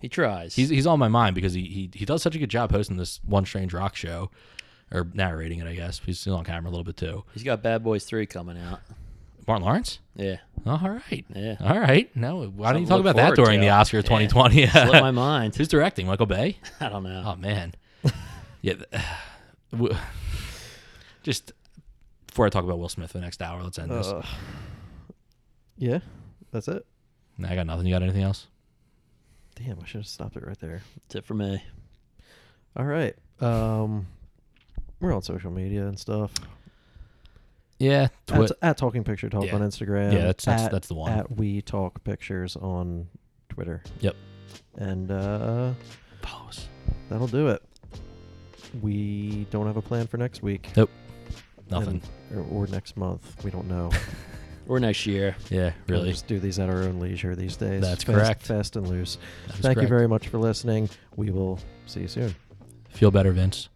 He tries.
He's he's on my mind because he, he he does such a good job hosting this one strange rock show, or narrating it. I guess he's still on camera a little bit too.
he's got Bad Boys Three coming out.
Martin Lawrence.
Yeah.
All right.
Yeah.
All right. No, why don't
Something
you
to
talk
look
about that
forward
during the
to.
Oscar
Yeah.
2020?
Slipped my mind.
Who's directing? Michael Bay.
I don't know.
Oh man. yeah. th- w- Just before I talk about Will Smith for the next hour, let's end this.
Ugh. yeah. That's it.
Nah, I got nothing. You got anything else?
Damn, I should have stopped it right there.
That's it for me.
All right. Um, we're on social media and stuff.
Yeah.
At, at Talking Picture Talk
Yeah.
on Instagram.
Yeah, that's- that's-
at-
that's the one.
At We Talk Pictures on Twitter.
Yep.
And uh, that'll do it. We don't have a plan for next week.
Nothing.
And- er, or, or next month. We don't know.
Or next year.
yeah.
We'll
Really.
just do these at our own leisure these days.
That's
Fast-
correct.
Fast and loose.
That is
Thank you
correct.
very much for listening. We will see you soon.
Feel better, Vince.